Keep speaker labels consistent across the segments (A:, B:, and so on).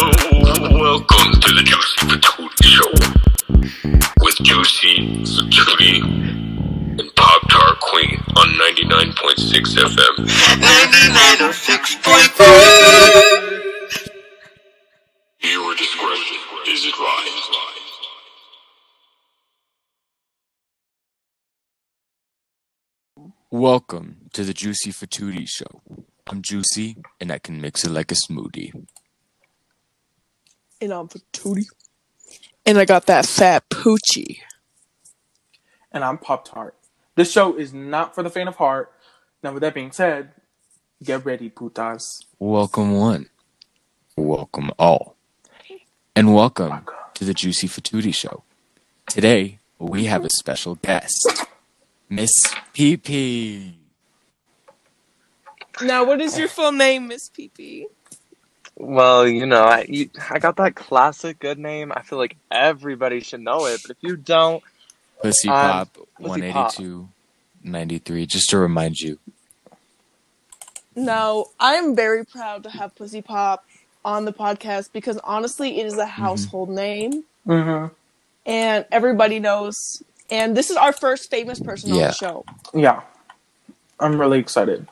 A: Welcome to the Juicy Patchouli Show with Juicy Patchouli and Pop Tart Queen on 99.6 FM. Viewer discretion is advised.
B: Welcome to the Juicy Fatuity Show. I'm juicy and I can mix it like a smoothie.
C: and I'm Patootie. And I got that fat poochie.
D: and I'm Pop Tart. This show is not for the faint of heart. Now, with that being said, get ready, putas.
B: Welcome one. Welcome all. And welcome to the Juicy Fatuity Show. Today we have a special guest, Miss PP.
C: Now, what is your full name, Miss PP?
E: Well, you know, I you, I got that classic good name. I feel like everybody should know it, but if you don't,
B: Pussy
E: Um,
B: Pop
E: Pussy Pop.
B: 182 93. Just to remind you.
C: Now, I'm very proud to have Pussy Pop on the podcast because honestly, it is a household name
D: Mm-hmm.
C: and everybody knows. And this is our first famous person on
B: Yeah.
C: the show.
D: Yeah, I'm really excited.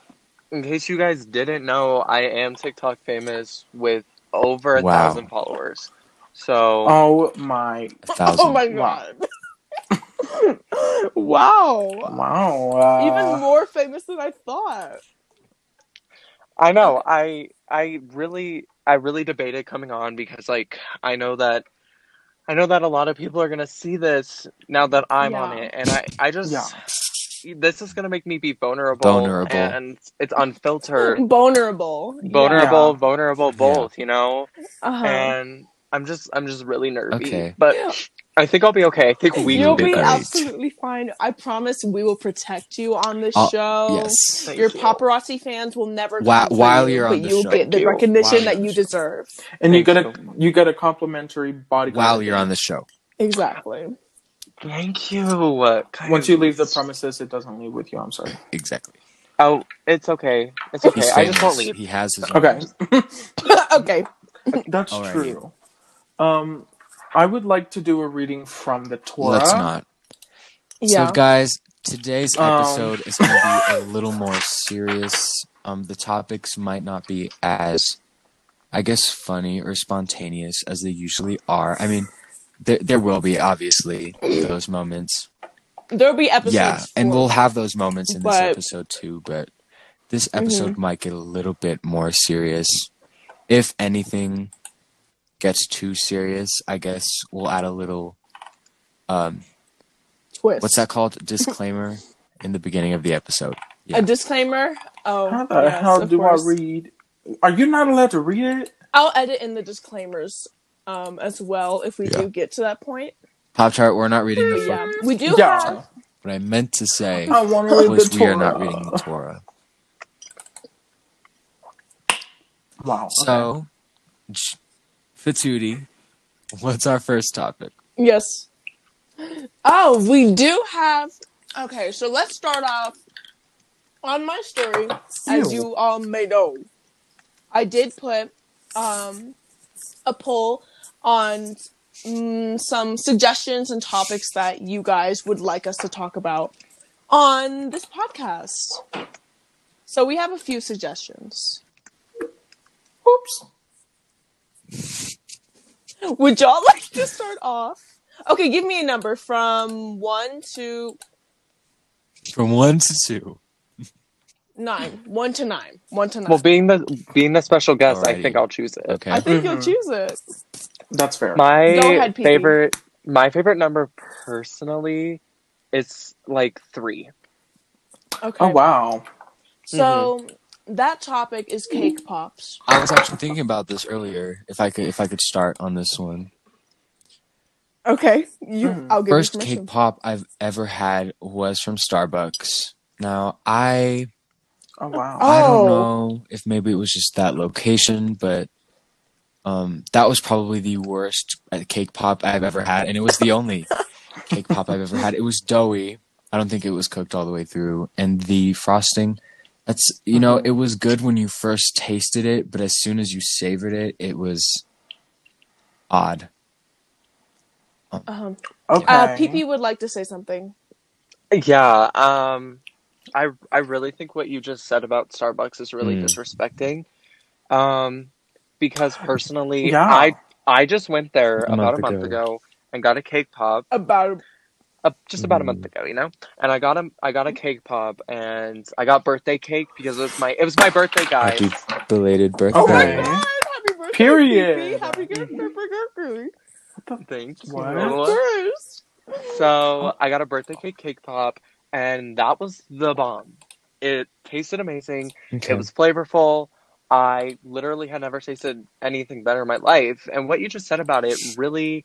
E: in case you guys didn't know, I am TikTok famous with over a
B: Wow.
E: thousand followers. So
D: Oh my!
B: A thousand.
C: Oh my
D: Wow.
C: god. wow.
D: Wow! Uh,
C: Even more famous than I thought.
E: I know. I I really I really debated coming on because like I know that I know that a lot of people are gonna see this now that I'm on
C: Yeah.
E: it, and I I just
D: Yeah.
E: this is gonna make me be vulnerable,
B: Vulnerable.
E: and it's unfiltered,
C: Vulnerable.
E: vulnerable,
D: Yeah.
E: vulnerable, both, you know.
C: Uh-huh.
E: And I'm just I'm just really nervy,
B: Okay.
E: but
C: Yeah.
E: I think I'll be okay. I think we
C: You'll
E: can
B: be
C: be
E: be
B: great.
C: absolutely fine. I promise we will protect you on this
B: Oh,
C: show.
B: Yes.
E: Thank
C: Your
E: you.
C: paparazzi fans will never
B: Whi-
C: come for
B: while
C: you,
B: you're on
C: but
B: the
C: you'll
B: show.
C: get the
E: Thank you.
C: recognition
B: While
C: that you
B: you're-
C: deserve.
D: and you
E: Thank
D: get a
E: you.
D: you get a complimentary bodyguard
B: While you're on the show.
C: Exactly.
E: Thank you. uh, guys.
D: Once you leave the premises, it doesn't leave with you. I'm sorry.
B: Exactly.
E: oh, it's okay. It's okay.
B: He's
E: I just won't
B: famous.
E: leave.
B: He has his own
D: Okay,
C: okay.
D: that's
B: All right.
D: true. Um, I would like to do a reading from the Torah.
B: Let's not.
C: Yeah.
B: So guys, today's
D: Um.
B: episode is going to be a little more serious. Um, the topics might not be as, I guess, funny or spontaneous as they usually are. I mean, there there will be obviously those moments.
C: There'll be episodes.
B: Yeah, and
C: for-
B: we'll have those moments in this
C: But- Mm-hmm.
B: episode too. But this episode might get a little bit more serious. If anything gets too serious, I guess we'll add a little. Um,
C: twist.
B: what's that called? Disclaimer in the beginning of the episode.
C: A disclaimer. Oh,
D: How the
C: yes,
D: hell
C: of
D: do
C: course.
D: I read? Are you not allowed to read it?
C: I'll edit in the disclaimers um, as well if we
B: Yeah.
C: do get to that point.
B: Pop chart, we're not reading the
C: But yeah, Oh,
B: Torah.
C: we do
D: Yeah.
C: have.
B: What I meant to say
D: I want to read
B: was
D: the
B: we
D: Torah.
B: are not reading the Torah.
D: Wow. okay.
B: So, J- Fatudi, what's our first topic?
C: Yes. Oh, we do have. Okay, so let's start off on my story. As
D: Ew.
C: you all may know, I did put um, a poll on mm, some suggestions and topics that you guys would like us to talk about on this podcast. So we have a few suggestions.
D: oops.
C: Would y'all like to start off? Okay, give me a number from one to
B: From one to two.
C: nine. One to nine. One to nine.
E: Well, being the being the special guest,
B: Alrighty.
E: I think I'll choose it.
B: Okay.
C: I think you'll
D: Mhm.
C: choose it.
D: That's fair.
E: My
C: Go ahead, Pee-pee.
E: favorite, my favorite number personally, is like three.
C: Okay.
D: oh wow.
C: So that topic is cake pops.
B: I was actually thinking about this earlier. If I could, if I could start on this one.
C: Okay. You
D: Mhm.
C: I'll give
B: First
C: you
B: cake
C: permission.
B: pop I've ever had was from Starbucks. Now I
D: Oh wow.
C: Oh.
B: I don't know if maybe it was just that location, but um, that was probably the worst uh, cake pop I've ever had, and it was the only cake pop I've ever had. It was doughy, I don't think it was cooked all the way through. And the frosting, that's you know, it was good when you first tasted it, but as soon as you savored it, it was odd.
C: Um,
D: Okay.
C: uh, PP would like to say something.
E: Yeah, um, I I really think what you just said about Starbucks is really
B: Mm.
E: disrespecting, um, because personally,
D: Yeah.
E: I I just went there
B: A
E: about
B: month
E: a month
B: ago.
E: ago and got a cake pop,
C: About
E: uh, just about a month
B: Mm.
E: ago, you know, and I got a I got a cake pop and I got birthday cake because it was my it was my birthday, guys.
B: Happy belated birthday.
C: oh my
D: Okay.
C: god, happy birthday,
D: Period.
C: PP. Happy birthday, birthday,
E: Thank you.
D: What?
C: of course.
E: So I got a birthday cake cake pop, and that was the bomb. It tasted amazing.
B: Okay.
E: It was flavorful. I literally had never tasted anything better in my life. And what you just said about it really,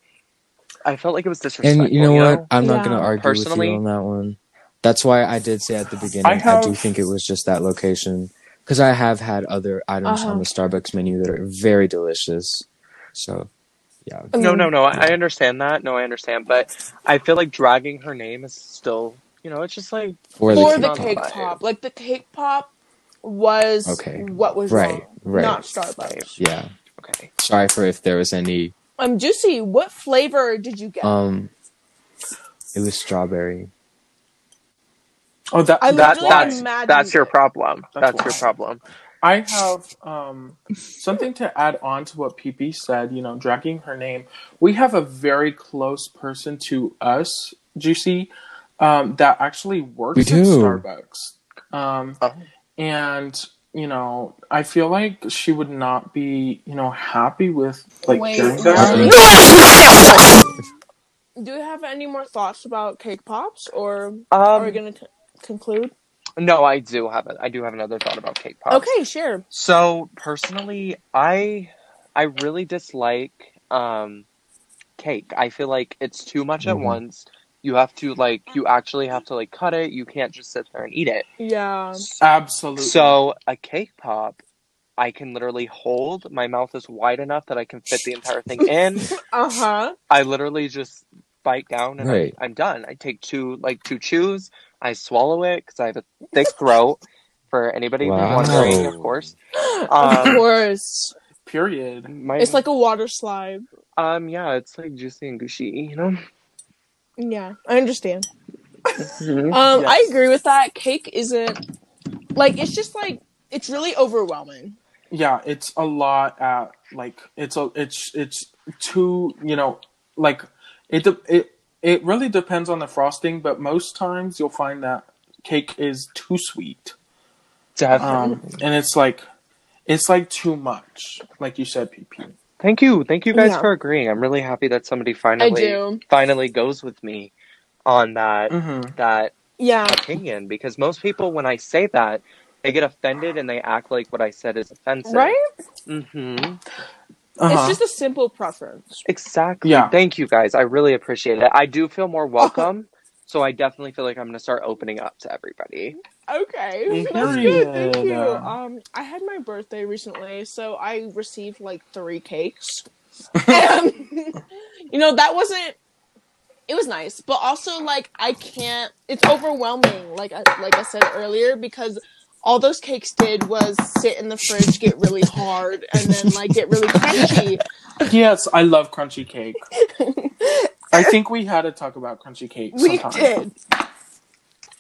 E: I felt like it was disrespectful.
B: and you know what? I'm not
C: Yeah.
B: going to argue
E: Personally-
B: with you on that one. That's why I did say at the beginning
D: I
B: I,
D: have-
B: do think it was just that location because I have had other items
C: Uh-huh.
B: on the Starbucks menu that are very delicious. So, yeah.
E: No, no, no. I, I understand that. No, I understand. But I feel like dragging her name is still, you know, it's just like,
B: For
C: Or
E: cake
C: the
E: pop.
C: cake
E: Right.
C: pop. Like the cake pop was
B: Okay.
C: what was
B: Right,
C: wrong,
B: right.
C: not Starbucks.
B: Yeah.
E: okay.
B: Sorry for if there was any
C: Um, Juicy, what flavor did you get?
B: um it was strawberry.
D: Oh, that,
C: I
D: that's
E: That,
C: literally
D: why.
E: that's,
C: imagined
E: that's your
C: it.
E: problem.
D: That's
E: That's your
D: why.
E: problem.
D: I have um, something to add on to what PP said, you know, dragging her name. We have a very close person to us, Juicy, um, that actually works
B: We
D: at
B: do.
D: Starbucks. Um,
E: Oh.
D: and, you know, I feel like she would not be, you know, happy with, like,
C: Wait,
D: doing
C: what?
D: that.
B: Uh-uh.
C: Do you have any more thoughts about cake pops, or are we
E: Um,
C: gonna c- conclude?
E: no, I do have it. I do have another thought about cake pops.
C: Okay, sure.
E: So personally, I I really dislike um cake. I feel like it's too much at
B: Mhm.
E: once. You have to like you actually have to like cut it. You can't just sit there and eat it.
C: Yeah.
D: Absolutely.
E: So
B: Mm-hmm.
E: a cake pop, I can literally hold. My mouth is wide enough that I can fit the entire thing in.
C: Uh huh.
E: I literally just bite down and
B: Right.
E: I'm, I'm done. I take two like two chews. I swallow it because I have a thick throat. For anybody who's
B: Wow.
E: wondering, of course.
C: of
E: Um,
C: course.
D: period.
E: My,
C: It's like a water slide.
E: Um, yeah, it's like juicy and gushy, you know?
C: Yeah, I understand.
E: Mhm.
C: Um, I
D: Yes.
C: agree with that. Cake isn't like it's just like it's really overwhelming.
D: yeah it's a lot at like it's a it's it's too you know like it de- it it really depends on the frosting but most times you'll find that cake is too sweet
E: Definitely.
D: um and it's like it's like too much like you said pp
E: Thank you. Thank you guys
C: Yeah.
E: for agreeing. I'm really happy that somebody finally
C: do.
E: finally goes with me on that
D: mm-hmm.
E: that
C: Yeah.
E: opinion because most people when I say that, they get offended and they act like what I said is offensive.
C: Right?
E: Mhm.
D: uh-huh.
C: It's just a simple preference.
E: Exactly.
D: Yeah.
E: Thank you guys. I really appreciate it. I do feel more welcome, so I definitely feel like I'm going to start opening up to everybody.
C: Okay,
D: Mhm.
C: that's good. Thank
D: Period.
C: you. Um, I had my birthday recently, so I received like three cakes. And, you know, that wasn't. It was nice, but also like I can't. It's overwhelming. Like I, like I said earlier, because all those cakes did was sit in the fridge, get really hard, and then like get really crunchy.
D: yes i love crunchy cake i think we had to talk about crunchy cake
C: We
D: sometime.
C: did.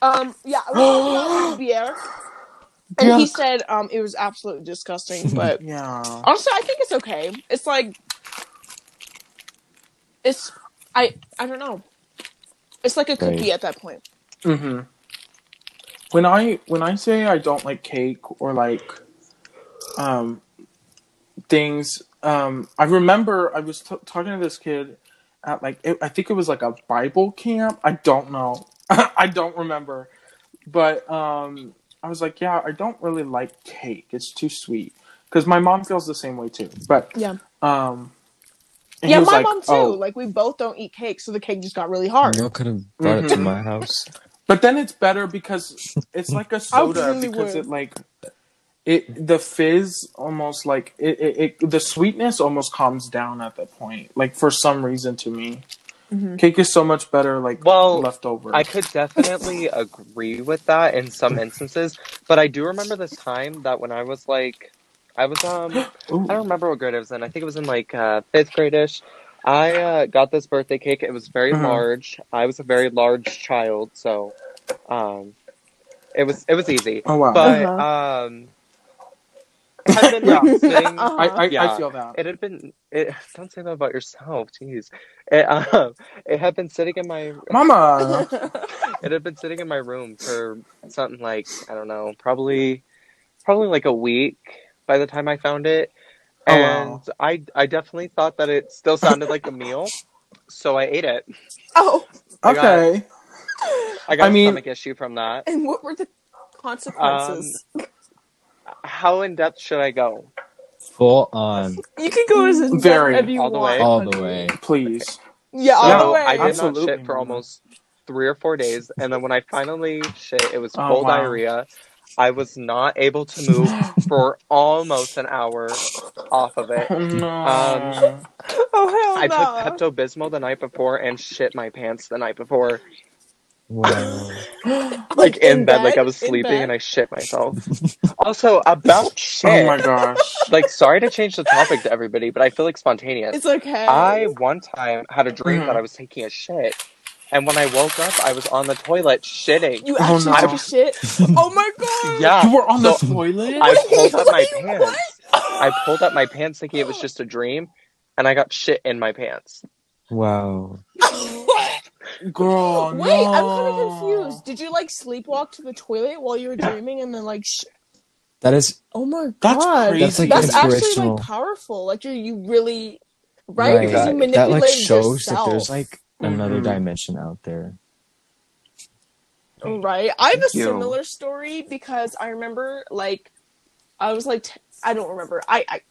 C: Um. Yeah. I was talking about Olivier, and he
D: Yeah.
C: said um it was absolutely disgusting, but
D: yeah
C: Honestly, I think it's okay. It's like it's I I don't know. It's like a
B: Right.
C: cookie at that point.
D: hmm When I when I say I don't like cake or like um, things, um, I remember I was t- talking to this kid at like it, I think it was like a Bible camp. I don't know. I don't remember. But um, I was like, yeah, I don't really like cake. It's too sweet. Because my mom feels the same way too. But
C: Yeah.
D: um, and he
C: Yeah,
D: was
C: my
D: like,
C: mom too.
D: "Oh."
C: Like we both don't eat cake, so the cake just got really hard.
B: Y'all could have brought it to
D: Mhm.
B: my house.
D: But then it's better because it's like a soda
C: really
D: because
C: would.
D: it like it the fizz almost like it, it, it the sweetness almost calms down at that point like for some reason to me
C: Mm-hmm.
D: Cake is so much better, like
E: Well,
D: leftover.
E: I could definitely agree with that in some instances, but I do remember this time that when I was like, I was um, I
D: Ooh.
E: don't remember what grade I was in. I think it was in like uh, fifth grade-ish. I uh, got this birthday cake. It was very
C: Uh-huh.
D: Mhm.
E: large. I was a very large child, so um, it was it was easy.
D: Oh wow!
E: But
C: Uh-huh.
E: um, it had been
D: Yeah.
E: sitting.
C: Uh-huh.
D: I, I, I
E: Yeah.
D: feel that.
E: It had been. It, don't say that about yourself. Jeez. It, um, it had been sitting in my
D: Mama.
E: it had been sitting in my room for something like I don't know, probably probably like a week by the time I found it.
D: Oh,
E: And
D: wow.
E: I I definitely thought that it still sounded like a meal, so I ate it.
C: oh,
E: I got-
D: Okay.
E: I got
D: I
E: a
D: mean-
E: stomach issue from that.
C: and what were the consequences?
E: How in depth should I go?
B: Full on.
C: Um, you can go as in
D: Very.
C: depth if you
E: All the
C: want.
E: way.
B: All
C: honey.
B: the way.
D: Please.
C: Yeah,
E: so
C: all the way.
E: I did
D: Oh, Absolutely,
E: not shit for
D: Mama.
E: almost three or four days, and then when I finally shit, it was
D: Oh,
E: full
D: wow.
E: diarrhea. I was not able to move for almost an hour off of it.
D: Oh no.
E: Um,
C: oh hell
E: I
C: no.
E: took Pepto Bismol the night before and shit my pants the night before,
B: Wow.
E: like in, bed, like I was
C: in
E: sleeping
C: bed?
E: and I shit myself. also, about
D: oh
E: shit,
D: my gosh.
E: like sorry to change the topic to everybody, but I feel like spontaneous.
C: It's okay.
E: I one time had a dream
D: Mhm.
E: that I was taking a shit, and when I woke up, I was on the toilet shitting.
C: You
D: Oh,
C: actually
D: no.
C: took a shit? Oh my god!
E: Yeah,
D: You were on
E: so
D: the toilet.
E: I pulled up my
C: What?
E: pants. I pulled up my pants thinking it was just a dream, and I got shit in my pants.
B: Wow.
C: what?
D: Girl,
C: Wait,
D: Oh,
C: I'm
D: no.
C: kind of confused. Did you like sleepwalk to the toilet while you were dreaming and then like? Sh-
B: That is
C: oh my god!
D: That's crazy.
B: That's, like,
C: That's actually
B: inspirational.
C: like powerful. Like you, you really right
B: right.
E: You
C: because you
E: guys-
B: that
C: manipulated
B: like shows
C: yourself.
B: that there's like another
D: Mhm.
B: dimension out there.
C: Right. I have a
E: Thank you.
C: similar story because I remember like I was like t- I don't remember. I, I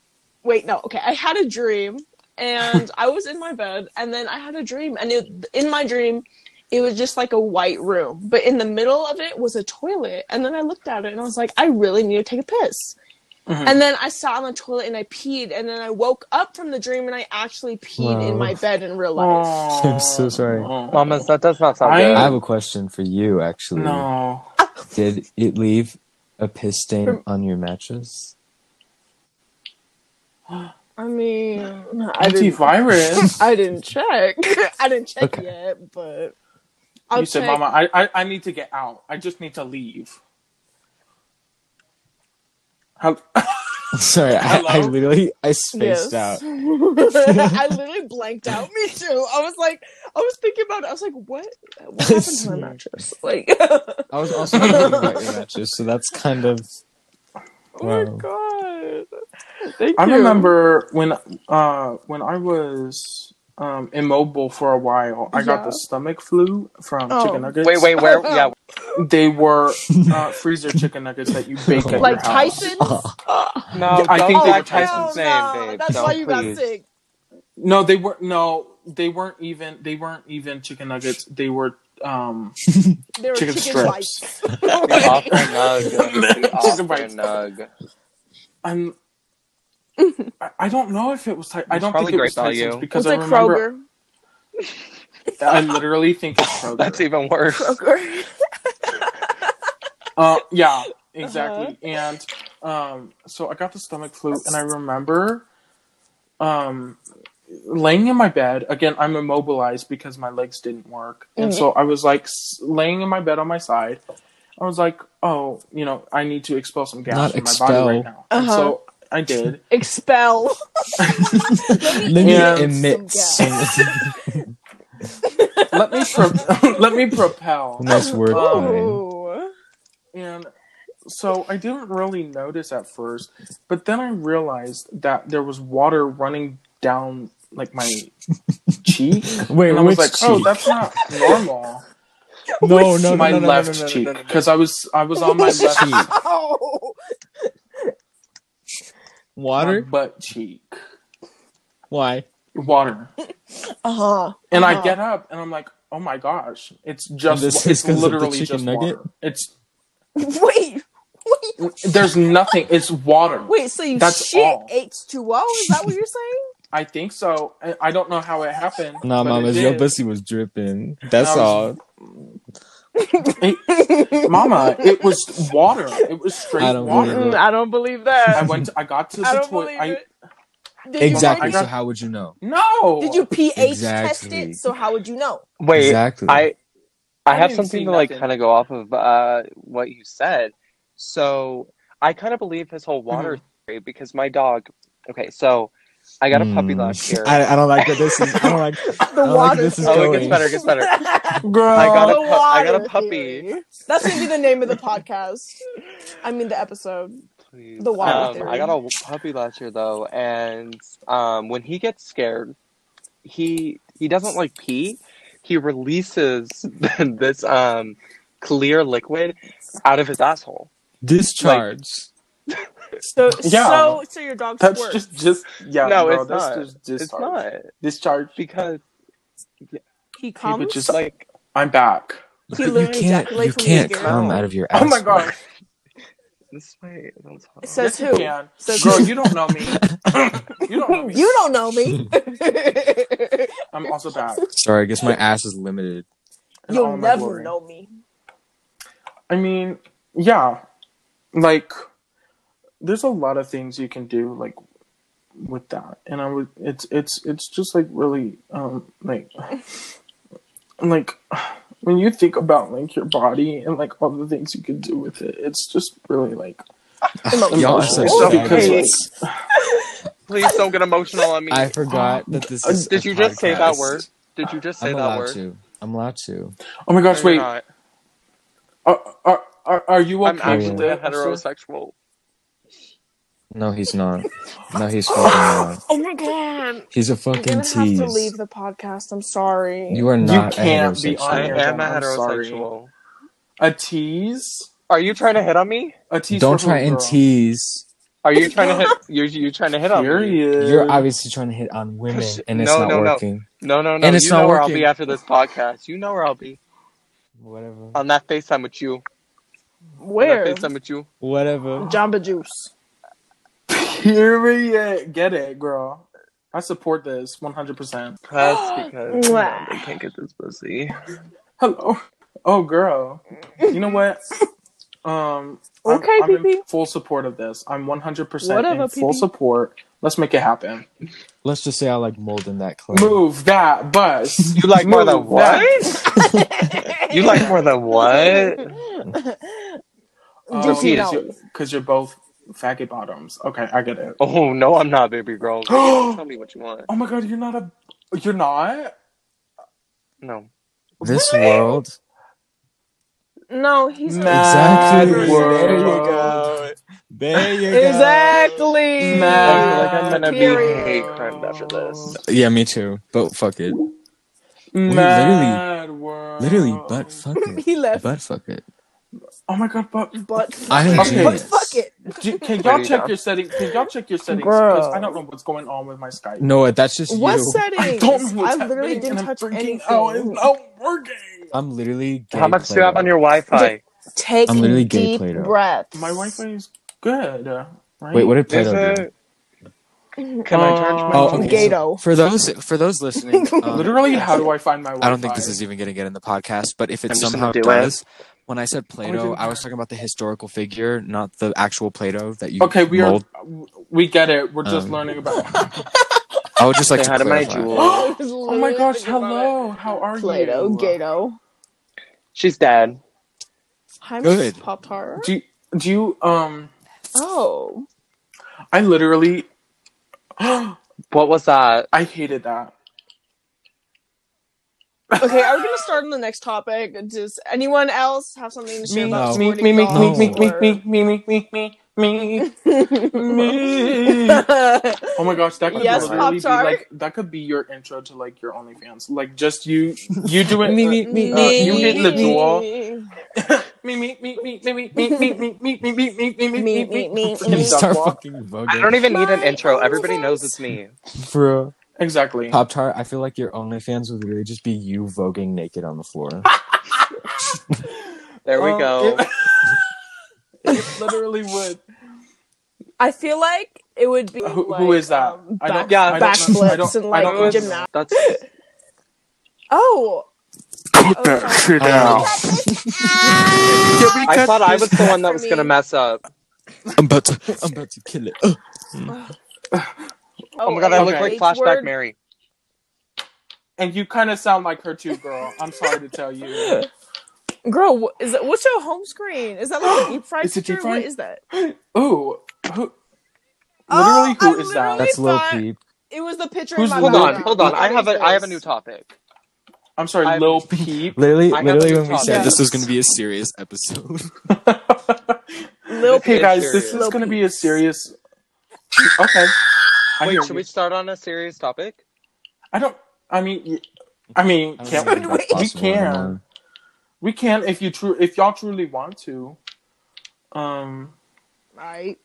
C: wait, no. Okay. I had a dream and I was in my bed and then I had a dream and it, in my dream it was just like a white room, but in the middle of it was a toilet and then I looked at it and I was like I really need to take a piss.
E: Hmm.
D: Mhm.
C: And then I sat on the toilet and I peed and then I woke up from the dream and I actually peed in
B: Wow.
C: my bed in real life.
D: Oh.
B: I'm so sorry.
D: Oh.
E: Mamas, that does not sound
D: I-
E: good.
B: I have a question for you, actually.
D: No.
B: Did it leave a piss stain
C: From-
B: on your mattress?
C: I mean, I didn't
D: Antivirus.
C: I didn't check. I didn't check
B: Okay.
C: yet, but I'll
D: you said,
C: check.
D: Mama, I, I, I need to get out. I just need to leave. How-
B: sorry, I, I
D: Hello?
B: literally I spaced
C: Yes.
B: out.
C: I literally blanked out. Me too. I was like, I was thinking about it. I was like, what? What happened to my mattress? Like, oh
B: I was also thinking about your mattress, so that's kind of Wow.
C: my god. Thank
D: I
C: you.
D: remember when uh when I was um immobile for a while, I got
C: Yeah.
D: the stomach flu from
C: Oh.
D: chicken nuggets.
E: Wait, wait, where? Yeah,
D: They were uh, freezer chicken nuggets that you bake at
C: Like
D: your house.
C: Tyson's.
B: Oh.
C: Oh,
E: no.
D: I
E: don't
D: think they
E: say
D: were Tyson's
C: hell
E: Tyson's name,
C: no.
E: babe.
C: That's
E: No,
C: why you
E: please.
C: got sick.
D: No, they weren't. No, they weren't even. They weren't even chicken nuggets. They were um
C: There were
D: Chicken
C: chicken,
D: strips.
C: bites.
E: The awful nug. The awful
D: bites.
E: nug.
D: and I, I don't know if it was. Ty- I don't think
E: probably
D: it was
E: great
D: Tyson's
E: value.
D: because
C: Was
D: I
C: it
D: remember.
C: Kroger?
D: I literally think it's Kroger.
E: That's even worse.
C: Kroger.
D: Uh, yeah,
C: Uh-huh.
D: exactly. And um, so I got the stomach flu, and I remember um, laying in my bed. Again, I'm immobilized because my legs didn't work,
C: Mm-hmm.
D: and so I was like s- laying in my bed on my side. I was like, "Oh, you know, I need to expel some gas
B: Not
D: from my
B: expel.
D: body right now." And
C: Uh-huh.
D: so I did.
C: Expel.
B: Let me
D: Yeah.
B: emit
C: Some
B: some
D: Let me pro- let me propel.
B: nice
D: Oh.
B: wordplay.
C: Ooh.
D: And so I didn't really notice at first, but then I realized that there was water running down like my cheek.
B: Wait,
D: and I
B: which
D: was like,
B: cheek?
D: "Oh, that's not normal."
B: no, no, no,
D: my
B: no, no,
D: left
B: no, no, no,
D: cheek
B: no, no, no.
D: because I was I was on my
B: Which
D: left
B: cheek?
C: Oh.
D: my
B: Water?
D: butt cheek.
B: Why?
D: Water.
C: Uh-huh.
D: And I
C: Uh-huh.
D: get up and I'm like, "Oh my gosh, it's just
B: this is
D: it's
B: 'cause of the
D: literally
B: chicken
D: just
B: nugget?
D: water. It's
C: Wait. Wait.
D: there's nothing. It's water."
C: Wait, so you
D: That's
C: shit
D: all.
C: H2O? Is that what you're saying?
D: I think so. I- I don't know how it happened.
B: Nah,
D: but it
B: mamas, your
D: did.
B: pussy was dripping. That's
D: I was-
B: all.
D: Mama, it was water. It was
B: I
D: straight
B: don't
D: water.
B: believe
E: Mm,
B: it.
E: I don't believe
D: I
E: that.
D: went. To, I got to
C: I
D: the
C: don't
D: toilet.
C: believe
D: I
C: it. Did you
B: Exactly.
D: I got-
B: So how would you know?
D: no.
C: Did you pH test
B: Exactly.
C: it? So how would you know?
E: Wait,
B: exactly.
E: I I
D: I
E: have
D: didn't
E: something
D: see
E: to like
D: nothing.
E: kind of go off of uh what you said. So I kind of believe his whole water
B: Mm-hmm.
E: theory because my dog. Okay, so I got a puppy
B: Mm.
E: last year.
B: I, I don't like that this is. I don't like.
C: The
B: like
C: water.
B: this is
E: oh, it
B: going.
E: gets better. It gets better.
D: Girl,
E: I got a
C: The
E: pu- I got a
C: water
E: puppy.
C: theory. That's gonna be the name of the podcast. I mean the episode.
E: Please.
C: The water
E: um,
C: theory.
E: I got a puppy last year though, and um, when he gets scared, he he doesn't like pee. He releases this um clear liquid out of his asshole.
B: Discharge.
C: So
D: Yeah.
C: so so your dog
D: that's
C: squirts.
D: just just yeah.
E: No,
D: bro,
E: it's
D: that's
E: not.
D: Just discharge.
E: It's not
D: discharge.
E: because
C: he comes.
D: just
E: like
D: I'm back.
C: He
B: you
C: literally
B: can't.
C: ejaculates
B: You
C: from
B: can't
C: his ear.
B: come
E: No.
B: out of your.
D: Oh my
B: asshole.
D: gosh.
E: this is my that's hot.
C: It says
D: yes,
C: who?
D: you can.
C: Says
D: Girl,
C: who?
D: you don't know me. you don't know me.
C: You don't know me.
D: I'm also back.
B: Sorry, I guess my ass is limited.
D: in all
C: You'll
D: my
C: never
D: glory.
C: know me.
D: I mean, yeah. Like there's a lot of things you can do like with that. And I would it's it's it's just like really um like like when you think about like your body and like all the things you can do with it, it's just really like
B: Y'all are
D: emotional.
B: such
D: It's
E: Okay.
B: faggots.
E: Please don't get emotional on me.
B: I forgot that this is.
E: Uh, Did
B: a
E: you just say that
B: podcast.
E: word? Did you just say
B: I'm
E: that
B: allowed
E: word?
B: to. I'm allowed to.
D: Oh my
E: No,
D: gosh,
E: you're
D: wait.
E: not.
D: Are, are are are you okay
E: I'm actually a
D: with it? Esther?
E: heterosexual.
B: No, he's not. No, he's fucking not.
C: Oh my god.
B: He's a
C: I'm
B: fucking
C: gonna have to leave
B: tease.
C: the podcast. I'm sorry.
B: You are
D: You
B: not a
D: can't be on
E: I
B: heterosexual.
D: here.
E: am a
D: I'm sorry.
E: heterosexual.
D: A tease?
E: Are you trying to hit on me?
D: A tease
B: Don't
D: for
B: try
D: who,
B: and
D: girl?
B: tease.
E: Are you trying to hit? You're you trying to hit on me?
D: Period.
B: You're obviously trying to hit on
E: Push-
B: women, and it's
E: no,
B: not
E: no, no.
B: working.
E: No, no, no.
B: And it's
E: you
B: not
E: know where I'll
B: working.
E: be after this podcast. You know where I'll be
B: Whatever.
E: on that Facetime with you. On
C: Where?
E: that Facetime with you.
B: Whatever.
C: Jamba Juice.
D: Period. Get it, girl. I support this 100%.
E: That's because you know,
C: Mwah.
E: they can't get this pussy.
D: Hello. Oh, girl. You know what? Um, I'm-
C: Okay,
D: I'm,
C: PP.
D: in full support of this. I'm 100%
C: Whatever,
D: in full
C: PP.
D: support. Let's make it happen.
B: Let's just say I like mold in that clay.
D: Move that bus.
E: You like more than
D: Move that.
E: what? you like more than what?
C: Does he
E: Repeat.
C: know?
D: Because you're, um, 'cause you're both faggot bottoms. Okay, I get it.
E: Oh no, I'm not, baby girl. Tell me what you want.
D: Oh my god, you're not a. You're not?
E: No.
B: This world.
C: No, he's a
D: Mad
B: Exactly.
D: There you
B: World.
D: go.
B: There you go.
C: Exactly.
E: I feel like
D: Mad
E: I'm gonna
C: Period.
E: be hate crimed after this.
B: Yeah, me too. But fuck it.
D: Mad world.
B: Literally, butt fuck it.
C: he left.
B: Butt fuck it.
D: Oh my god, but
C: But
B: I am
D: Okay.
C: but
B: serious.
C: fuck it.
D: do, can
E: There
D: y'all
E: you
D: check
E: go.
D: your setting? Can y'all check your settings? Because I don't know what's going on with my Skype.
B: No, that's just
C: What
B: you.
C: settings?
D: I don't know what's
C: I literally
D: happening,
C: didn't
D: and I'm
C: touch
D: freaking out. It's
C: anything.
D: not working.
B: I'm literally gay.
E: How much do you have on
B: Play-Doh.
E: your
C: Just
E: Wi-Fi?
C: take
B: I'm literally gay
C: deep
B: Play-Doh.
C: breaths.
D: My Wi-Fi is good, uh, right?
B: Wait, what did
E: Is
B: Play-Doh do?
E: it? Can I charge my
D: Um,
B: Oh,
E: phone?
B: okay. So
C: Gato.
B: for those for those listening, um,
D: Literally, how do
B: actually,
D: I find my Wi-Fi?
B: I don't think this is even going to get in the podcast. But if it
E: I'm just
B: somehow
E: gonna do it.
B: does, when I said
D: Oh,
B: Play-Doh,
D: yeah.
B: I was talking about the historical figure, not the actual Play-Doh that you
D: Okay, we are.
B: mold.
D: We get it. We're just
B: Um,
D: learning about.
B: I would just like
E: Say
B: to
E: hi to my
B: clarify.
E: jewel.
D: oh my gosh! Hello. How are
C: Play-Doh,
D: you?
C: Gato.
E: She's dead.
C: Hi,
B: Good.
C: Mrs. Pop Tart.
D: Do you, do you um?
C: Oh.
D: I literally.
E: What was that?
D: I hated that.
C: Okay, are we gonna start on the next topic? Does anyone else have something to share
D: Me,
C: about
B: No.
D: me,
C: squirting
D: me, me,
C: dogs?
D: me, me,
B: No.
D: me, me, me, me, me, me, me, me.
C: or-
D: Oh my gosh, that could
C: Yes,
D: literally be
C: Pop-Tart?
D: like that could be your intro to like your OnlyFans. Like just you, you do it.
B: Me,
D: uh,
B: me, me,
D: uh, you hit the
B: me.
D: jewel. Me, me, me, me, me, me, me, me, me, me, me, me, me, me,
C: Me,
D: me, me,
C: me,
D: me.
C: me,
B: You
D: Freaking
C: me.
B: start
D: duck walk,
B: fucking
E: I don't
B: voguing,
E: even need an
C: My
E: intro. Everybody
C: OnlyFans.
E: knows it's me.
B: bro.
D: exactly.
B: Pop Tart. I feel like your OnlyFans would really just be you voguing naked on the floor.
E: There
C: Oh,
E: we
D: Um,
E: go.
D: It, it literally would.
C: I feel like It would be
D: Who-
C: like,
D: who is that?
C: um,
D: I don't-
C: back-
E: yeah, I
D: don't know- I don't-
C: backflips and
D: I
C: like
D: don't know.
C: gymnastics.
E: That's
C: Oh,
F: Put that
C: Okay.
F: shit
B: Oh.
F: down. Can we
E: I
F: cut
E: thought I
F: this?
E: was the one that was
C: For me.
E: gonna mess up.
B: I'm about to. I'm about to kill it. Ugh.
E: Oh, my god, I look
D: okay.
E: like
C: H
E: Flashback
C: word.
E: Mary.
D: And you kind of sound like her too, girl. I'm sorry to tell you.
C: Girl, wh- is it, what's your home screen? Is that like a deep fried
D: Is it
C: picture?
D: deep
C: What
D: fried?
C: is that?
D: Ooh, who? Literally,
C: Oh,
D: who
C: I
D: is
C: literally-
D: that?
B: That's Lil
C: thought-
B: Peep.
C: It was the picture
D: Who's-
C: in my
E: Hold on,
C: background.
E: hold on. I
C: What
E: have
C: is
E: a I have a
C: this?
E: new topic.
D: I'm sorry,
E: I'm-
D: Lil Peep.
B: Literally,
E: I have
B: literally,
E: a new
B: when we
E: topic.
B: said
C: Yeah.
B: this was going to be a serious episode,
C: Lil
D: hey
E: Peep.
D: guys,
E: Serious.
D: this is
C: Lil
D: gonna be a
C: Peeps.
D: serious. Okay, I
E: Wait,
D: hear
E: should
D: you.
E: we start on a serious topic?
D: I don't. I mean, y- I mean,
B: I don't
D: can't
B: know
D: we?
B: anything about
C: we-
D: We
B: Possible
D: can.
B: anymore.
D: We can if you true if y'all truly want to. Um,
C: All right.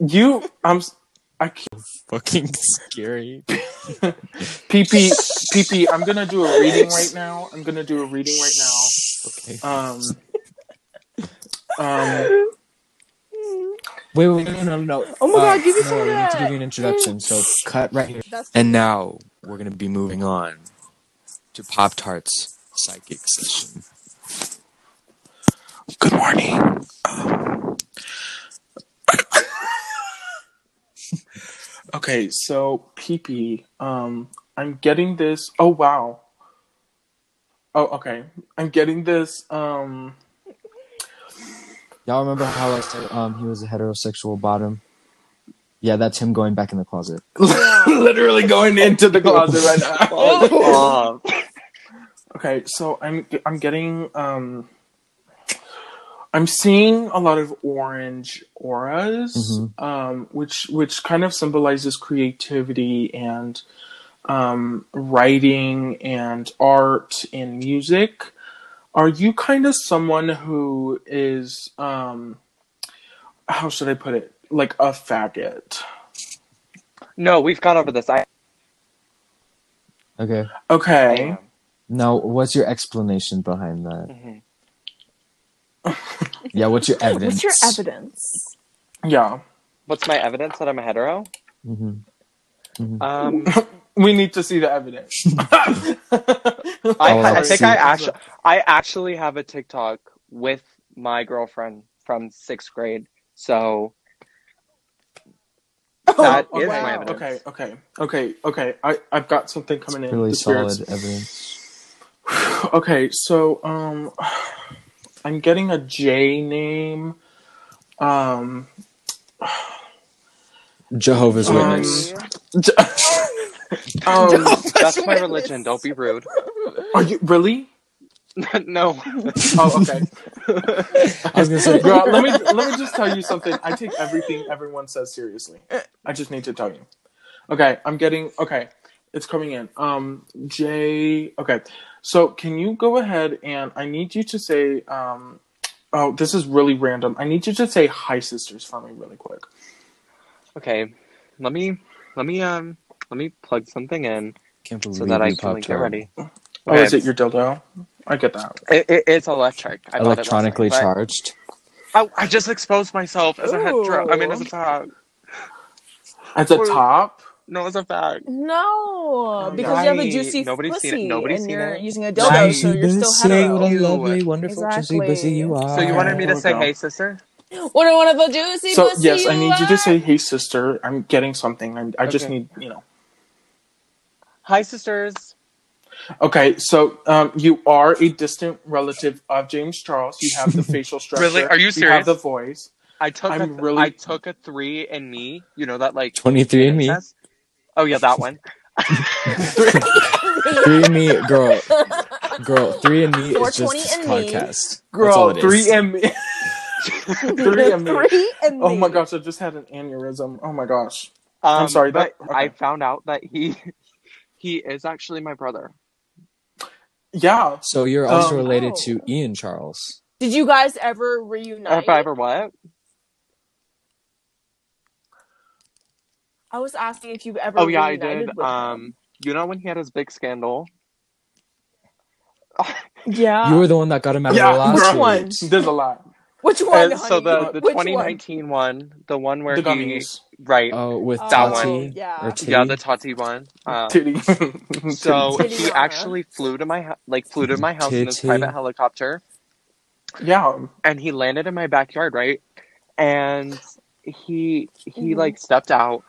D: you. I'm. s- I can't.
B: Fucking scary.
D: PP PP. I'm gonna do a reading right now. I'm gonna do a reading right now.
B: Okay.
D: Um. Um.
B: Wait, wait, no, no, no, no. Uh,
C: Oh my God, give me
B: no,
C: some
B: We
C: of
B: need to
C: that.
B: give you an introduction, so cut right here.
C: That's
B: And now we're gonna be moving on to Pop Tart's psychic session.
F: Good morning.
D: Okay. So PP. Um. I'm getting this. Oh wow. Oh okay. I'm getting this. Um.
B: Y'all remember how I said um he was a heterosexual bottom? Yeah, that's him going back in the closet.
D: literally going into the closet right now.
E: Oh,
D: Okay, so I'm I'm getting um I'm seeing a lot of orange auras, um, which which kind of symbolizes creativity and um, writing and art and music. Are you kind of someone who is um, how should I put it? Like a faggot.
E: no, we've gone over this. I
B: Okay.
E: I
D: Okay.
E: am.
B: Now what's your explanation behind that?
E: Mhm.
B: Yeah, what's your evidence?
C: What's your evidence?
D: Yeah.
E: What's my evidence that I'm a hetero?
B: Mhm.
E: Um,
D: We need to see the evidence.
E: I,
B: Oh,
E: ha- I
B: let's
E: think
B: see.
E: I actually I actually have a TikTok with my girlfriend from sixth grade. So that
D: Oh,
E: is
D: okay,
E: my
C: wow.
E: evidence.
D: Okay, okay, okay, okay. I I've got something coming in.
B: Really
D: The spirits.
B: solid evidence.
D: Okay, so um, I'm getting a J name. Um,
B: Jehovah's
D: Um,
B: Witness.
D: j- um,
E: That's my religion. Don't be rude.
D: are you really?
E: no.
D: Oh, okay.
B: I was gonna say
D: Girl, let me let me just tell you something. I take everything everyone says seriously. I just need to tell you. Okay, I'm getting okay. It's coming in. Um, Jay. Okay, so can you go ahead and I need you to say um, oh this is really random. I need you to say hi sisters for me really quick.
E: Okay. Let me let me um let me plug something in
B: can't believe
E: so that I
B: you
E: can like,
B: popped
E: get ready.
D: Oh, is
E: Okay.
D: it your dildo? I get that.
E: It, it, it's electric. I bought it last night,
B: Electronically
E: but-
B: charged.
E: Oh, I just exposed myself as a hetero. I mean, as a
C: Ooh.
E: fag.
D: At the
E: Or-
D: top.
E: No, as a fag.
C: No,
D: Um,
C: because you have a
E: right.
C: juicy
E: Nobody's seen it.
C: pussy
E: Nobody's
C: and
E: seen
C: you're
E: it.
C: using a dildo,
E: Right.
C: so you're still
B: Say what
C: hetero.
B: a
E: You.
B: lovely, wonderful, juicy
C: Exactly.
B: pussy you are.
E: So you wanted me
D: There
E: to
D: we
E: say,
D: go.
E: "Hey, sister."
C: What a wonderful juicy
D: So
C: pussy
D: yes, I
C: you
D: need you to
C: are.
D: say hey sister. I'm getting something. I'm, I just
E: Okay.
D: need you know.
E: Hi, sisters.
D: Okay, so um, you are a distant relative of James Charles. You have the facial structure.
E: Really? Are you
D: have
E: serious?
D: the voice.
E: I took a
D: I'm
E: th-
D: really-
E: I took a three in me. You know that like
B: 23 and me.
E: test? Oh yeah, that one.
B: Three and me, girl. Girl, three and me is just
C: 420
B: this
C: and me.
B: podcast. That's all
D: Girl,
B: it is.
D: three and me. three and me.
C: Three and
D: Oh my
C: me.
D: gosh, I just had an aneurysm. Oh my gosh.
E: Um,
D: sorry,
E: but
D: that-
E: I
D: okay.
E: found out that he he is actually my brother.
D: Yeah.
B: So you're also
D: Um,
B: related
C: Oh.
B: to Ian Charles.
C: Did you guys ever reunite?
E: If I ever what?
C: I was asking if you've ever
E: Oh yeah, I
C: reunited
E: did.
C: with
E: Um, you know when he had his big scandal?
C: him. Yeah.
B: you were the one that got him out
D: Yeah,
B: of the
D: which
B: lawsuit.
C: one?
D: There's a lot.
C: Which one, honey?
E: Uh, so the the
C: Which one?
E: 2019 one, the one where
D: The
E: he
D: gummies. Uh,
E: right?
B: Oh, with
C: Oh,
E: That
B: Tati
C: yeah.
B: or
C: Yeah,
B: Titty.
E: yeah, the Tati one. Um,
D: Titty.
E: so
C: Titty
E: he
C: Mama.
E: actually flew to my hou- like flew to my house in his
B: Titty.
E: private helicopter,
D: yeah.
E: and he landed in my backyard, right? And he he
C: Mhm.
E: like stepped out,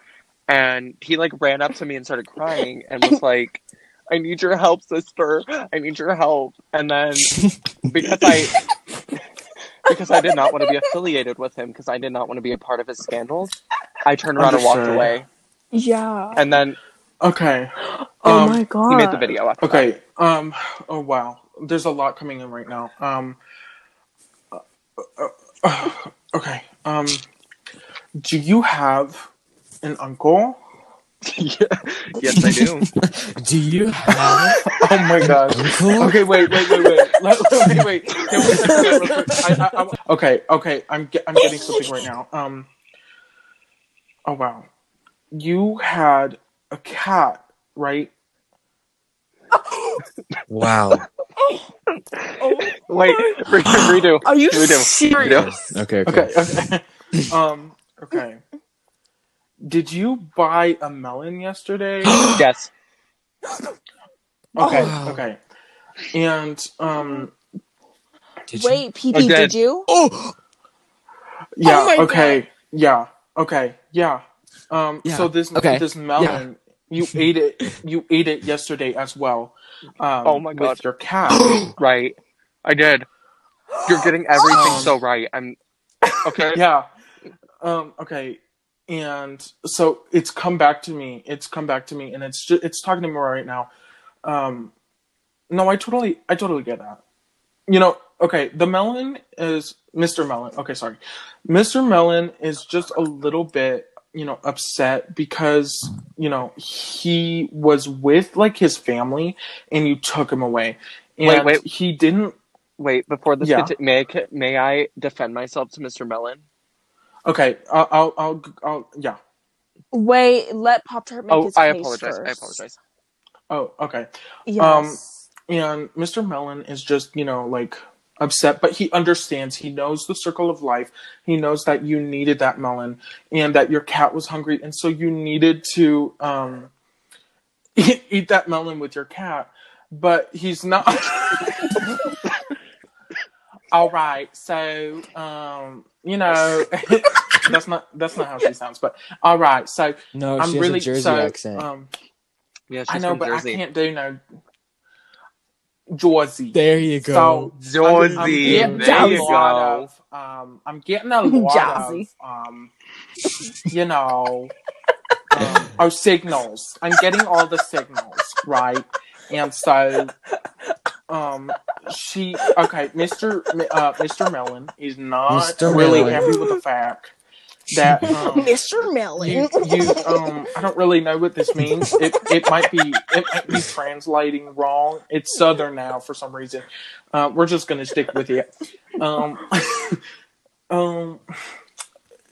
E: and he like ran up to me and started crying and was like, "I need your help, sister. I need your help." And then because I because I did not want to be affiliated with him because I did not want to be a part of his scandals, I turned around and walked
D: Understood.
E: away.
C: Yeah.
E: And then
D: Okay.
C: oh
D: um,
C: my god.
E: Um, he made the video after that.
D: Okay. Um. Oh wow. There's a lot coming in right now. Um. uh, uh, uh, okay. Um. Do you have an uncle?
E: Yeah. Yes, I do.
B: Do you have
D: Oh my god.
B: uncle?
D: Okay, wait, wait, wait, wait. Let, wait, wait. Can we check that real quick? I, I, I'm, okay, okay. I'm get, I'm getting something right now. Um. Oh wow, you had a cat, right?
B: Wow.
C: Oh,
E: Wait, re- redo.
C: are you
E: redo.
C: serious?
B: Okay. Okay.
D: Okay, okay. um, okay. Did you buy a melon yesterday?
E: Yes.
D: Okay,
B: Oh.
D: okay. And um,
B: Did you-
C: Wait, PP,
E: I
C: did.
E: did.
C: you?
B: Oh.
D: yeah,
C: my
D: okay, yeah, okay, yeah. Um,
B: Yeah,
D: so this
B: okay,
D: this melon, you ate it. You ate it yesterday as well. Um,
E: Oh my
D: With
E: God.
D: your cat.
E: Right. I did. You're getting everything
D: Um,
E: so right. I'm okay.
D: yeah. Um, okay. And so it's come back to me. It's come back to me, and it's just, it's talking to me right now. Um, no, I totally, I totally get that. You know, okay. The melon is Mr. Melon. Okay, sorry, Mr. Melon is just a little bit, you know, upset because you know he was with like his family, and you took him away, and
E: Wait, wait.
D: he didn't.
E: Wait, before this,
D: Yeah.
E: conti- may I ca- may I defend myself to Mr. Mellon?
D: Okay, I'll, I'll, I'll, I'll yeah.
C: Wait, let Pop Tart make
E: Oh,
C: his
E: I
C: case
E: apologize. I
C: first.
E: apologize. Um,
D: Oh, okay.
C: Yes.
D: and Mr. Mellon is just, you know, like upset, but he understands. He knows the circle of life. He knows that you needed that melon and that your cat was hungry, and so you needed to um, eat, eat that melon with your cat. But he's not. All right, so um, you know, that's not that's not how she sounds. But all right, so
B: No,
D: I'm
B: Oh, she has
D: really
B: a Jersey
D: so,
B: accent.
D: Um,
E: Yeah, she's
D: I know,
E: from
D: but
E: Jersey.
D: I can't do no Jersey.
B: there you go.
D: So
E: Jersey.
D: I'm getting
E: there
D: a
E: you
D: lot
E: go.
D: of. Um, I'm getting a lot
C: Jazzy.
D: of. Um, you know, um, our signals. I'm getting all the signals right, and so, um, she okay, Mister uh, Mister Mellon is not
B: Mr.
D: really
B: Mellon.
D: happy with the fact that um,
C: Mr. Melon.
D: you, you um I don't really know what this means. It it might be it might be translating wrong. It's southern now for some reason. Uh, we're just gonna stick with it. Um, um,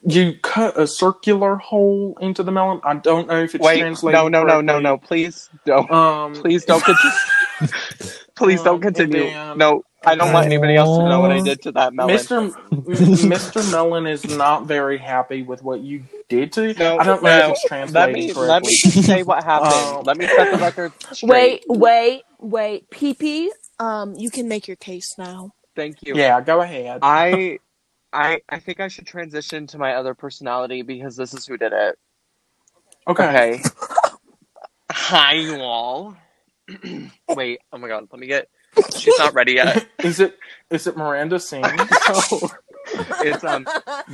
D: you cut a circular hole into the melon. I don't know if it's
E: Wait,
D: translated.
E: no, no, no, no, no. Please don't.
D: no. Um,
E: Please don't continue. Please
D: Um,
E: don't continue.
D: and-
E: No, I don't want anybody else to know what I did to that melon.
D: Mr. M- Mr. Melon is not very happy with what you did to.
E: No,
D: I don't know if
E: no.
D: it's
E: Let
D: translating
E: me
D: correctly.
E: let me just say what happened.
D: Um,
E: let me set the record straight.
C: Wait, wait, wait. PP, um, you can make your case now.
E: Thank you.
D: Yeah, go ahead.
E: I I I think I should transition to my other personality because this is who did it. Okay. Hi you all. Wait, oh my god, let me get she's not ready yet.
D: Is it is it Miranda singing?
E: No. it's um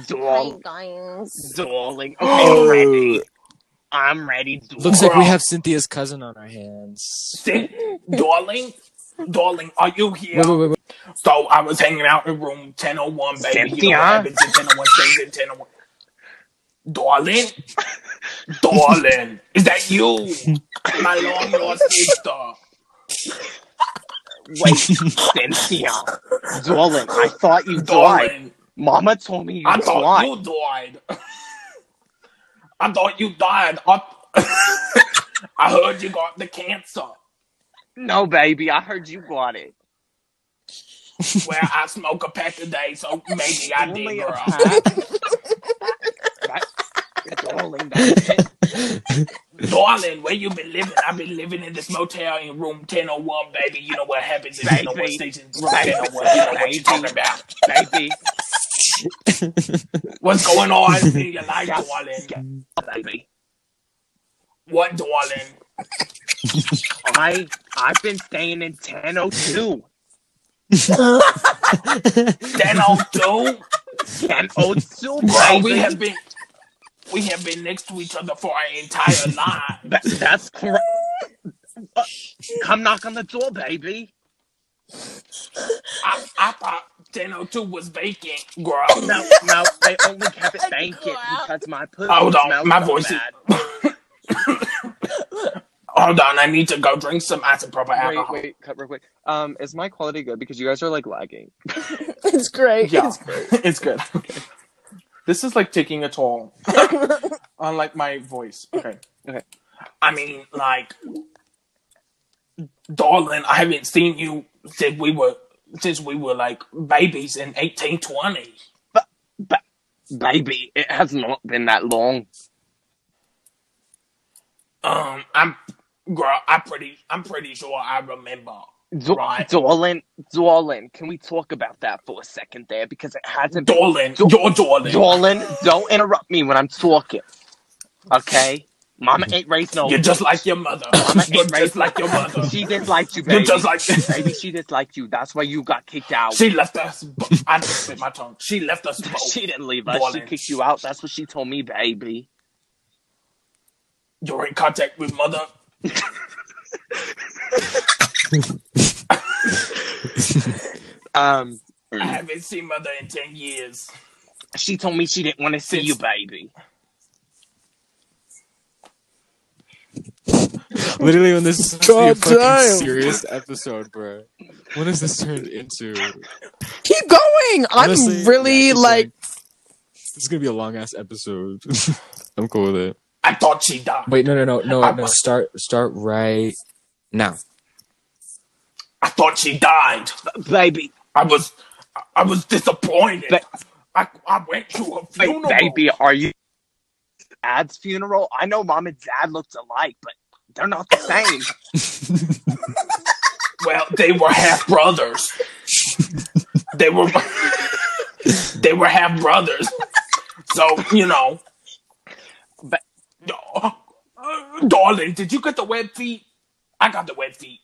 E: dual
C: guys.
E: dueling. Okay,
D: Oh.
E: I'm ready. I'm ready. Duel.
B: Looks like we have Cynthia's cousin on our hands.
D: Sing, darling, darling, are you here?
B: Wait, wait, wait, wait.
D: So I was hanging out in room 1001, baby. You know
E: Cynthia?
D: what happens in 1001 stays in 1001. Darling, darling, is that you? My long lost sister.
E: Wait, Cynthia. Dueling. I thought you died.
D: Darling,
E: Mama told me you
D: I
E: died.
D: thought you died. I thought you died. I, I heard you got the cancer.
E: No, baby, I heard you got it.
D: Well, I smoke a pack a
E: Oh
D: day, so maybe I did,
E: Only a
D: girl.
E: pack. That- It's only
G: said, Where you been living? I've been living in this motel in room 1001, baby. You know what happens in 1001
E: Baby.
G: station. Room 1001. You know what you talking about.
E: baby.
G: What's going on in your life, darling?
E: baby.
G: What, darling?
E: I I've been staying in 1002.
G: 1002?
E: 1002,
G: Bro,
E: baby.
G: we have been... We have been next to each other for our entire life.
E: Ba- that's correct. Come knock on the door, baby.
G: I, I thought 1002 was vacant, girl.
E: No, no, they only kept it vacant because my pussy
G: Hold on,
E: smells
G: my
E: so
G: voice is-
E: bad.
G: Hold on, I need to go drink some isopropyl
E: Wait,
G: alcohol.
E: wait, cut real quick. Um, is my quality good? Because you guys are like lagging.
C: It's great.
D: Yeah, it's good. Okay. This is like taking a toll on like my voice. Okay.
G: I mean, like, darling, I haven't seen you since we were since we were like babies in eighteen twenty.
E: Baby, it has not been that long.
G: Um, I'm girl. I'm pretty. I'm pretty sure I remember.
E: D-
G: Right.
E: Dorlin, Dorlin, can we talk about that for a second there? Because it hasn't been.
G: Darling,
E: Do-
G: your darling.
E: Dorlin, don't interrupt me when I'm talking. Okay? Mama ain't raised no.
G: You're just like your mother.
E: Mama
G: You're
E: ain't raised
G: just like your mother.
E: She disliked you,
G: You're
E: baby.
G: just like
E: Baby, she disliked you. That's why you got kicked out.
G: she left us. bo- I didn't spit my tongue. She left us both.
E: She didn't leave us. She
G: Dorlin.
E: kicked you out. That's what she told me, baby.
G: You're in contact with mother.
E: Um,
G: I haven't seen mother in ten years.
E: she told me she didn't want to see
G: Since-
E: you, baby.
B: Literally, when this is supposed to
C: God
B: be a fucking
C: damn.
B: serious episode, bro. When is this turned into?
C: Keep going.
B: Honestly,
C: I'm really
B: yeah, keep
C: like
B: going. This is gonna be a long ass episode. I'm cool with it.
G: I thought she died.
B: Wait, no, no, no, no,
G: I-
B: no. Start, start right now.
G: I thought she died.
E: Baby,
G: I was, I- I was disappointed.
E: Ba-
G: I, I went to her
E: wait,
G: funeral.
E: baby, are you dad's funeral? I know mom and dad looked alike, but they're not the same.
G: Well, they were half brothers. they were, they were half brothers. So you know,
E: Ba-
G: Oh, uh, darling, did you get the wet feet? I got the wet feet.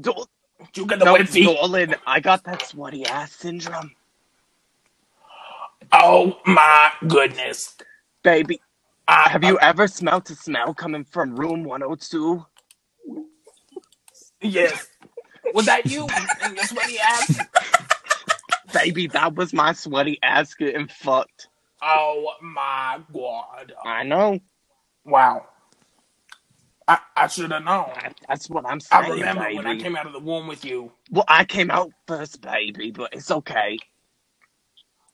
E: Dol-
G: Did you get the
E: no,
G: wet feet?
E: Dolan, I got that sweaty ass syndrome.
G: Oh my goodness!
E: Baby,
G: I, uh,
E: have you ever smelled a smell coming from room 102?
G: yes. Was that you? And your sweaty ass?
E: Baby, that was my sweaty ass getting fucked.
G: Oh my god!
E: I know.
G: Wow. I, I should have known.
E: That's what I'm saying,
G: I remember
E: baby.
G: when I came out of the womb with you.
E: well, I came out first, baby, but it's okay.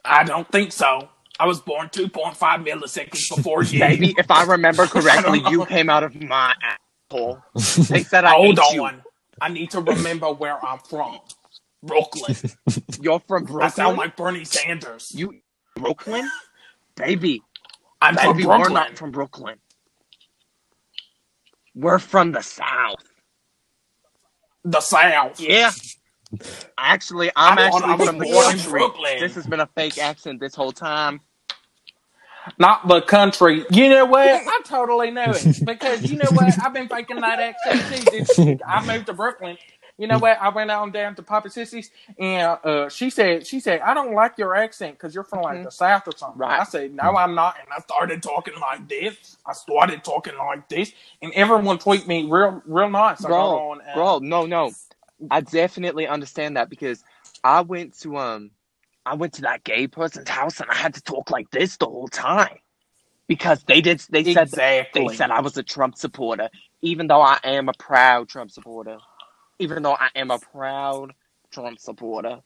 G: I don't think so. I was born 2.5 milliseconds before you.
E: Baby, if I remember correctly,
G: I don't
E: you
G: know.
E: came out of my asshole. They said I
G: Hold
E: ate
G: on.
E: you.
G: I need to remember where I'm from. Brooklyn.
E: You're from
G: I
E: Brooklyn.
G: sound like Bernie Sanders.
E: you Brooklyn, baby.
G: I'm
E: Baby,
G: from
E: we're
G: Brooklyn.
E: not from Brooklyn. We're from the South.
G: the South.
E: Yeah. Actually, I'm
G: I thought I
E: actually
G: was
E: from the
G: born in
E: country.
G: Brooklyn.
E: This has been a fake accent this whole time.
D: Not the country. You know what? I totally know it because you know what? I've been faking that accent too. dude. I moved to Brooklyn. You know what? I went on down to Papa Sissy's and uh, she said, she said, I don't like your accent because you're from like the South or something.
E: Right.
D: I said, no, I'm not.
G: And I started talking like this.
D: I started talking like this, and everyone tweeted me real, real nice. I got
E: Bro,
D: on, uh,
E: bro, no, no. I definitely understand that because I went to um I went to that gay person's house and I had to talk like this the whole time. Because they did they said
D: exactly.
E: they said I was a Trump supporter, even though I am a proud Trump supporter. Even though I am a proud Trump supporter.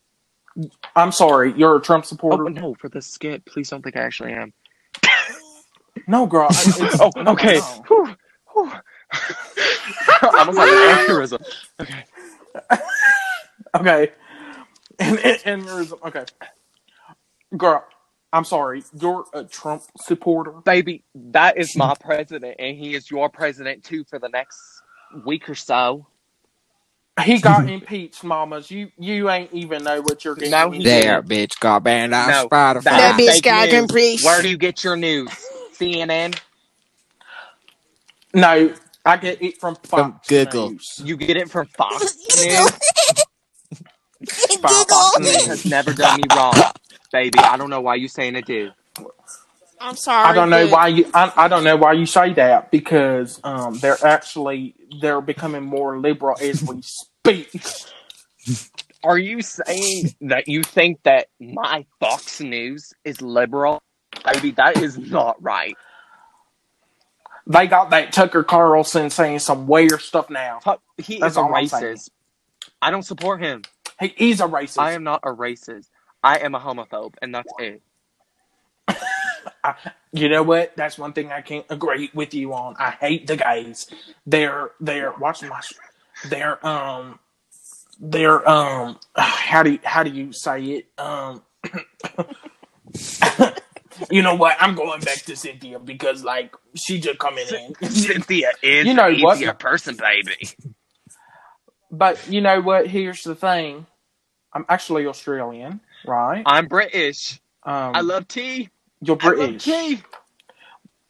D: I'm sorry, you're a Trump
E: Oh
D: supporter.
E: no, for the skit, please don't think I actually am.
D: No, girl. I, it's,
E: Oh,
D: no,
E: okay.
D: no.
E: Whew, whew. I was like aneurysm.
D: Okay. And, and, and there's- okay. Girl,
G: I'm sorry, you're a Trump supporter.
E: Baby, that is my president, and he is your president too for the next week or so.
G: He got impeached, mamas. You you ain't even know what you're getting.
E: No, he
G: into.
B: There, bitch, got banned on
E: No,
B: Spotify.
E: that-
H: That bitch
E: fake
H: got
E: news.
H: impeached.
E: Where do you get your news? CNN?
G: no, I get it from Fox
B: Google.
G: News.
E: You get it from Fox News? Fox News has never done me wrong. Baby, I don't know why you saying it did.
C: I'm sorry.
G: I don't know
C: but
G: why you. I, I don't know why you say that because um, they're actually they're becoming more liberal as we speak.
E: Are you saying that you think that my Fox News is liberal? Baby, that is not right.
G: They got that Tucker Carlson saying some weird stuff now.
E: Fuck, He
G: That's
E: is a
G: all I'm saying.
E: racist. I don't support him.
G: He is a racist.
E: I am not a racist. I am a homophobe, and that's it.
G: You know what? That's one thing I can't agree with you on. I hate the gays. They're they're watch my they're um they're um how do you, how do you say it um you know what I'm going back to Cynthia because like she just coming in
E: Cynthia is
G: You know
E: an
G: what?
E: easier person, baby.
G: but you know what here's the thing I'm actually Australian right
E: I'm British.
G: um
E: I love tea.
G: you're British
E: I love tea.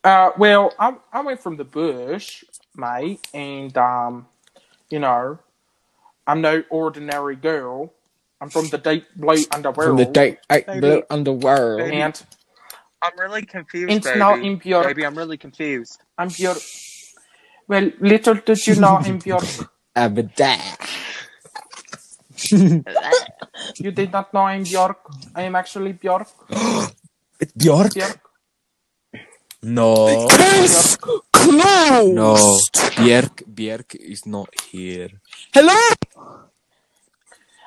G: Uh, well, I I went from the bush, mate, and um, you know, I'm no ordinary girl. I'm from the deep blue underworld,
B: From the day I blue
E: Baby.
B: underworld.
G: and
E: I'm really confused,
G: it's
E: baby.
G: not in Bjork.
E: baby, I'm really confused.
G: I'm Bjork. Well, little did you know, in Bjork,
B: Abadah.
G: you did not know I'm Bjork. I am actually Bjork.
B: Bjork?
G: Bjork.
B: No.
D: Case closed.
B: No. Bjork, Bjork is not here.
D: Hello.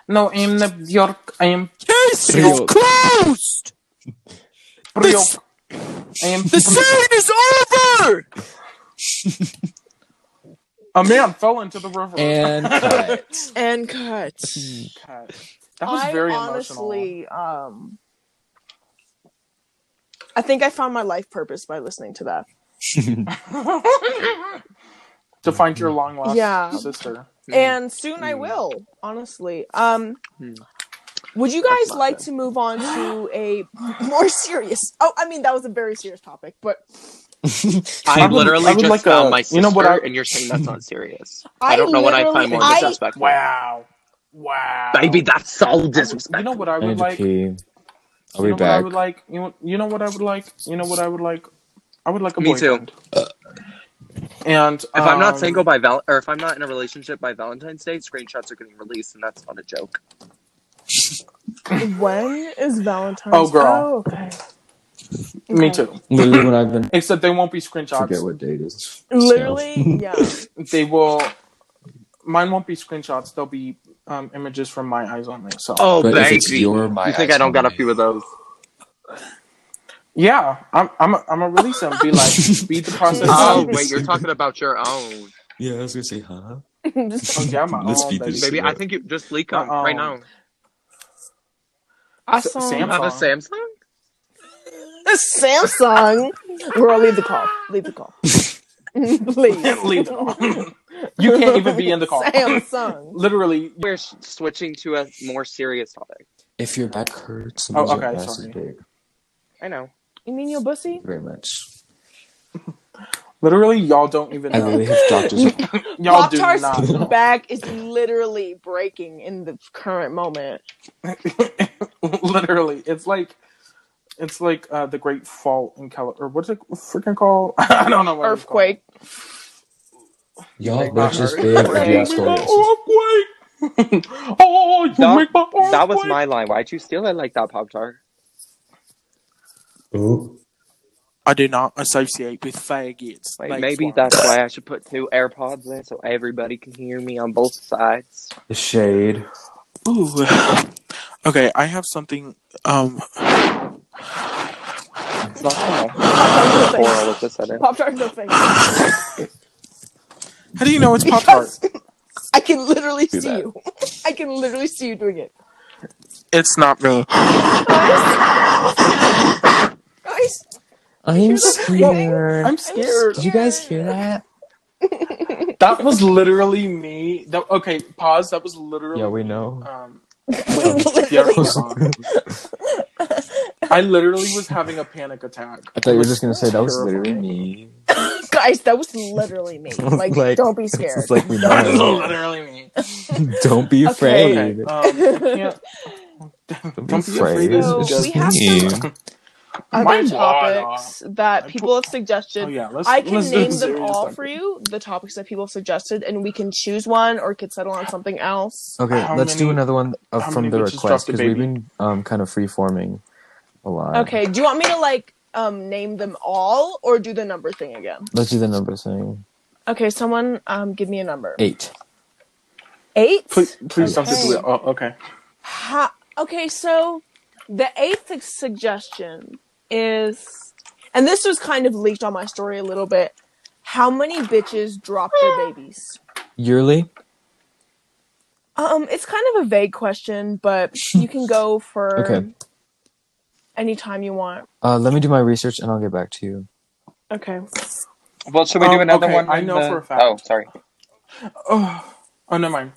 G: No, I'm not Bjork. I am
D: Case is
B: Real.
D: closed.
G: Bjork. I am
D: The scene is over.
G: a man fell into the river.
B: And cut.
H: And cut.
E: Hmm,
G: God, that was
C: I
G: very emotional.
C: honestly, um, I think I found my life purpose by listening to that.
G: To find your long lost
C: Yeah.
G: sister.
C: and soon I
E: Mm.
C: will. Honestly, um,
E: Mm.
C: would you
E: That's
C: guys
E: not
C: like
E: good.
C: to move on to a more serious? Oh, I mean that was a very serious topic, but
E: I,
G: I would-
E: literally
G: I would
E: just
G: like
E: found
G: a-
E: my
G: you
E: sister,
G: know what I-
E: and you're saying that's not serious.
C: I,
E: I, don't know what I find
C: literally-
E: more
C: I-
E: disrespectful.
G: Wow. Wow.
E: Baby, that's so
G: I would-
E: disrespectful.
G: You know what I
B: I need
G: would
B: to
G: like? You
B: pee. I'll
G: know
B: be
G: what I
B: back.
G: would like? You know, you know what I would like? You know what I would like? I would like a
E: Me too.
G: boyfriend. And
E: If I'm not
G: um,
E: single by Val, or if I'm not in a relationship by Valentine's Day, screenshots are getting released, and that's not a joke.
C: when is Valentine's?
G: Oh, girl.
C: Oh, okay.
G: um, me
C: Okay.
G: too.
B: Literally when I've been.
G: Except they won't be
B: forget
G: screenshots.
B: what day it is.
C: Literally, yeah.
G: They will. Mine won't be screenshots. They'll be um, images from my eyes only. So
E: Oh,
B: But if
E: baby,
B: it's your my
E: you think
B: eyes
E: I don't got a
B: only.
E: few of those?
G: yeah, I'm I'm I'm gonna release them. Be like, speed the process.
E: Oh,
G: up.
E: wait, you're talking about your own,
B: Yeah, I was gonna say, huh?
G: Oh, yeah, my
B: Let's
G: own,
B: beat
G: baby.
B: this
E: baby. I think you just leak them
G: Uh-oh.
E: right now.
C: I
G: S-
C: saw
E: You have a
G: Samsung.
E: Samsung?
C: Samsung. Girl, leave the call. Leave the call. Please.
G: Leave them on. you can't even be in the car.
C: Samsung.
G: Literally,
E: We're s- switching to a more serious topic.
B: If your back hurts, and
G: Oh,
B: your
G: okay,
B: ass is
G: sorry.
B: big.
E: I know.
C: You mean your bussy?
B: Very much.
G: literally, y'all don't even
B: I
G: know.
B: really have doctors.
G: Y'all do
C: Pop-Tart's
G: not know.
C: back is literally breaking in the current moment.
G: literally it's like it's like uh the great fault in Cali or what's it freaking called i don't know what it's called.
C: Earthquake.
B: Y'all
E: Make my
B: bitches
E: heart
B: big.
E: break.
B: Yeah,
G: Make my
B: stories.
G: earthquake. oh you
E: That-
G: make my earthquake.
E: That was my line. Why'd you steal it like that, Pop Tart?
B: Ooh.
G: i do not associate with faggots
E: Wait,
G: Thanks,
E: maybe
G: Lauren.
E: that's why I should put two AirPods in so everybody can hear me on both sides.
B: The shade.
G: Ooh. okay i have something um
E: It's not that
C: Pop-Tart's no
E: oral
C: face.
E: of this edit.
C: Pop-Tart's no face.
G: how do you know it's pop tart
C: I can literally see
B: that.
C: you. I can literally see you doing it.
D: It's not really.
C: Guys,
B: I'm
C: scared.
D: I'm scared.
B: Did you guys hear that?
D: That was literally me. That, okay, pause. That was literally.
B: Yeah, we know.
D: Um, yeah,
C: literally,
D: I literally was having a panic attack.
B: I thought you were just gonna say that was literally
D: Terrifying.
B: me.
C: guys, that was literally me. Like,
B: Like,
C: don't be scared.
B: It's like we
D: That was
B: know.
D: literally me.
B: Don't be afraid.
D: Okay, um, I can't-
B: Don't be
D: Don't be
B: afraid.
D: afraid.
B: It's
D: So,
B: just
C: we have
B: me.
D: My
C: Other
D: God.
C: topics that people have suggested.
D: Oh yeah, let's.
C: I can
D: let's do
C: name
D: the
C: them
D: serious
C: all
D: topic.
C: for you, the topics that people have suggested, and we can choose one or could settle on something else.
B: Okay,
D: How
B: let's do
D: many-
B: another one
D: how
B: of, from
D: many
B: the
D: bitches
B: request
D: dropped a
B: because we've
D: baby?
B: been um, kind of free forming a lot.
C: Okay, do you want me to like um name them all or do the number thing again?
B: let's do the number thing.
C: Okay, someone um give me a number.
B: Eight.
C: Eight?
D: Please, please don't
C: Okay.
D: do it. Oh, okay.
C: Ha- okay, so the eighth suggestion is, and this was kind of leaked on my story a little bit. How many bitches drop their babies?
B: Yearly?
C: Um, it's kind of a vague question, but you can go for
B: Okay.
C: any time you want.
B: Uh, let me do my research and I'll get back to you.
C: Okay.
E: Well, should we do
D: Um,
E: another
D: okay,
E: one?
D: I
E: in
D: know
E: the-
D: for a fact.
E: Oh, sorry.
D: Oh, oh never mind.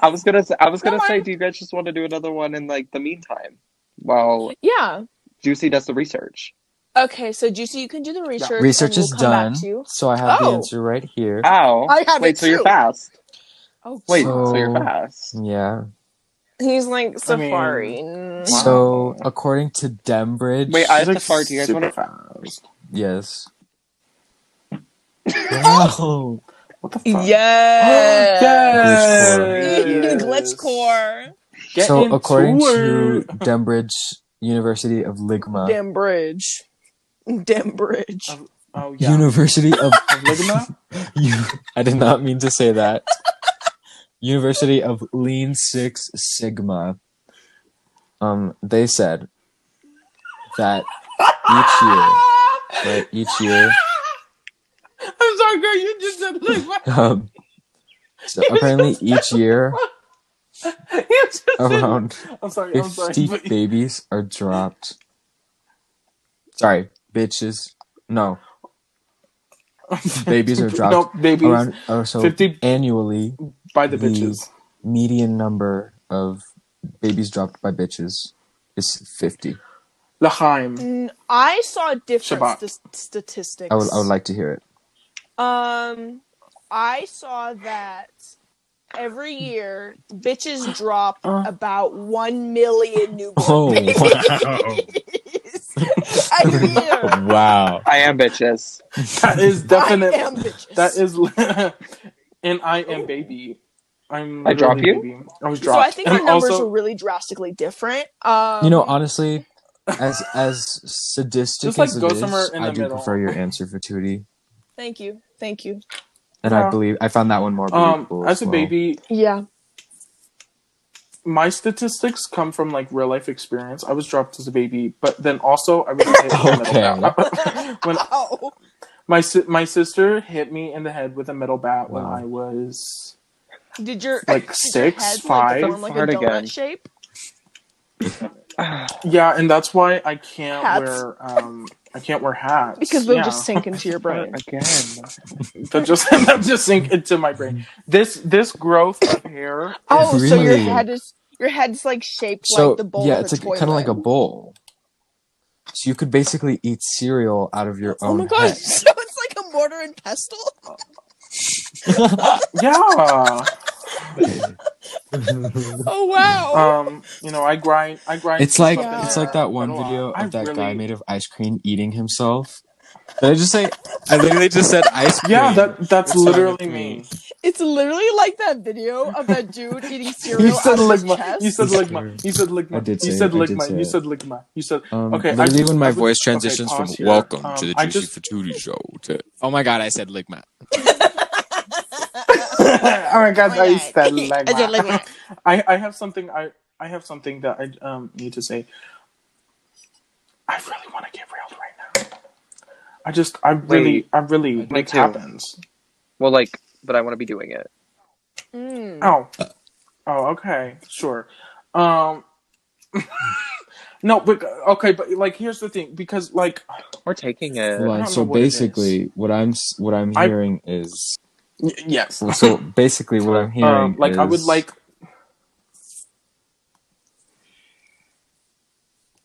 E: I was gonna. Say, I was gonna
C: No,
E: say,
C: I'm-
E: do you guys just want to do another one in like the meantime, while
C: Yeah.
E: Juicy does the research?
C: Okay, so Juicy, you can do the research. and
B: Research
C: we'll
B: is
C: come
B: done.
C: Back to you.
B: So I have the
C: Oh.
B: answer right here.
D: Ah!
E: Ow!
C: I have
E: Wait,
C: it
E: so you're
C: too.
E: fast.
C: Oh,
E: Wait,
C: God.
E: so you're
B: So-
E: fast.
B: Yeah.
C: he's like
D: I mean-
C: Safari.
E: Wow.
B: So according to Dembridge.
E: Wait, I have
D: It's
E: to fart. Do you guys
D: super
E: want to?
D: fast.
B: Yes. wow.
D: What the
C: Yeah.
D: fuck? yes.
C: Glitch core.
D: Get
B: so
D: into
B: according to
D: it.
B: Dembridge University of Ligma.
C: Dembridge. Dembridge.
D: Of- Oh yeah.
B: University of
D: Ligma?
B: you, I did not mean to say that. University of Lean Six Sigma. Um, they said that each year, right, each year,
D: I'm sorry, girl. You just said Ligma.
B: um, so apparently each year
D: You just said-
B: around
D: I'm sorry. I'm sorry.
B: Uh-huh. fifty
D: but-
B: babies are dropped. Sorry, bitches. No, babies are dropped
D: No, babies
B: around. Oh, so
D: 50
B: annually,
D: by the
B: the-
D: bitches.
B: median number of babies dropped by bitches is 50.
D: Lahaim.
C: Mm, I saw different
D: Shabbat.
C: st- statistics.
B: I would, I would like to hear it.
C: Um, I saw that every year bitches drop
D: Uh.
C: about one million newborn
B: Uh-huh. Oh,
C: babies a year.
B: wow.
E: I am bitches.
D: That is definite.
C: I am bitches.
D: That is. and I am baby. I'm.
E: I drop
D: literally
E: you?
D: baby. I was
C: so.
D: dropped.
C: I think the
D: And
C: numbers
D: also-
C: are really drastically different. Um,
B: You know, honestly, as as sadistic
D: Just, like,
B: as it
D: go
B: is,
D: somewhere in
B: I
D: the
B: do
D: middle.
B: prefer your answer, Vituti.
C: thank you, thank you.
B: And I
D: Yeah.
B: believe I found that one more
D: Um,
B: believable.
D: as a
B: well.
D: baby,
C: Yeah.
D: my statistics come from like real life experience. I was dropped as a baby, but then also I was hit with a metal bat. when
C: Oh,
D: my si- my sister hit me in the head with a metal bat when
B: Wow.
D: I was
C: did your
D: like
C: head
D: six,
C: like,
D: five.
C: become like a
E: Fart
C: donut
E: again.
C: shape?
D: Yeah, and that's why I can't
C: Hats.
D: wear um I can't wear hats
C: Because they'll
D: Yeah.
C: just sink into your brain.
E: Again.
D: they'll just they'll just sink into my brain. This this growth of hair.
C: Oh, so your
B: Really?
C: head is your head's like shaped
B: so,
C: like the bowl
B: yeah,
C: of
B: it's
C: a
B: like, kind of like a
C: toilet.
B: bowl. So you could basically eat cereal out of your
C: Oh
B: own
C: my gosh!
B: head.
C: So it's like a mortar and pestle.
D: Yeah.
C: Oh wow!
D: Um, you know, I grind I grind
B: It's like
D: stuff in
B: it's
D: there
B: like that one
D: a lot.
B: video of
D: I
B: that
D: really-
B: guy made of ice cream eating himself. Did I just say? I literally just said ice cream.
D: Yeah, that that's
B: It's
D: literally
B: like
D: me.
B: me.
C: it's literally like that video of that dude eating
D: You
C: cereal
D: said
C: out of his
D: ligma.
C: chest.
D: You said
B: It's
D: ligma.
B: weird.
D: You said ligma.
B: I did
D: you
B: say
D: said
B: it, I did
D: ligma.
B: say
D: You
B: it.
D: said ligma. You said
B: Um,
D: Okay, I
B: literally,
D: just-
B: when
D: I
B: my
D: would-
B: voice
D: okay,
B: transitions from
D: pause here.
B: "Welcome
D: Um,
B: to the
D: I
B: Juicy
D: just-
B: Fatootie Show" to "Oh my God, I said ligma."
D: oh my god, I said
C: I said ligma.
D: ligma. I I have something I I have something that I um need to say. I really want to get railed right now. I just I really
E: Wait.
D: I really
E: Me
D: it
E: too.
D: happens.
E: Well, like, but I want to be doing it.
C: Mm.
D: Oh. Oh, okay. Sure. Um No, but okay, but like here's the thing because like
E: We're taking it.
D: I
B: Right.
D: don't
B: So
D: know what it
B: basically, what I'm s- what I'm
D: I-
B: hearing is
D: y- yes.
B: so basically what I'm hearing
D: Um like I would
B: is-
D: like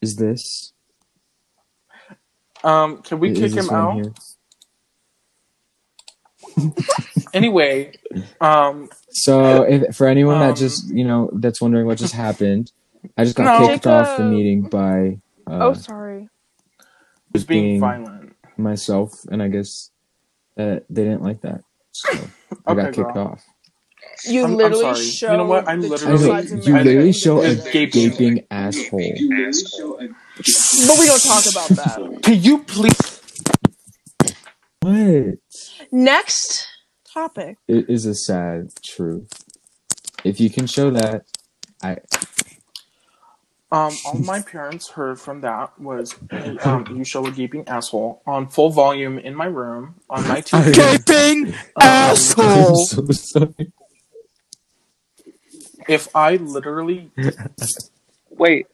B: is this
D: um can we
B: is
D: kick
B: this
D: him
B: what I'm
D: out?
B: hearing?
D: Anyway, um
B: So if for anyone
D: Um,
B: that just you know that's wondering what just happened, I just got
D: No.
B: kicked off the
C: Jacob.
B: meeting by uh,
C: oh, sorry.
D: just being,
B: being
D: violent.
B: myself, and I guess uh, they didn't like that, so I
D: Okay,
B: got kicked
D: girl.
B: off.
C: You
D: I'm- I'm
C: literally
D: sorry. You
C: show.
D: know what? I'm
C: the two
B: I
D: literally-
B: know,
C: sides of
B: you
C: Mary
B: literally
C: Kate.
B: show a
D: Gaping.
B: gaping asshole.
C: but we don't talk about that.
D: Can you please
B: What it
C: Next topic.
B: is a sad truth. If you can show that,
D: Um, all my parents heard from that was um, you show a gaping asshole on full volume in my room on my TV.
F: Gaping
B: I'm
F: asshole.
B: so sorry.
D: if I literally,
E: Wait,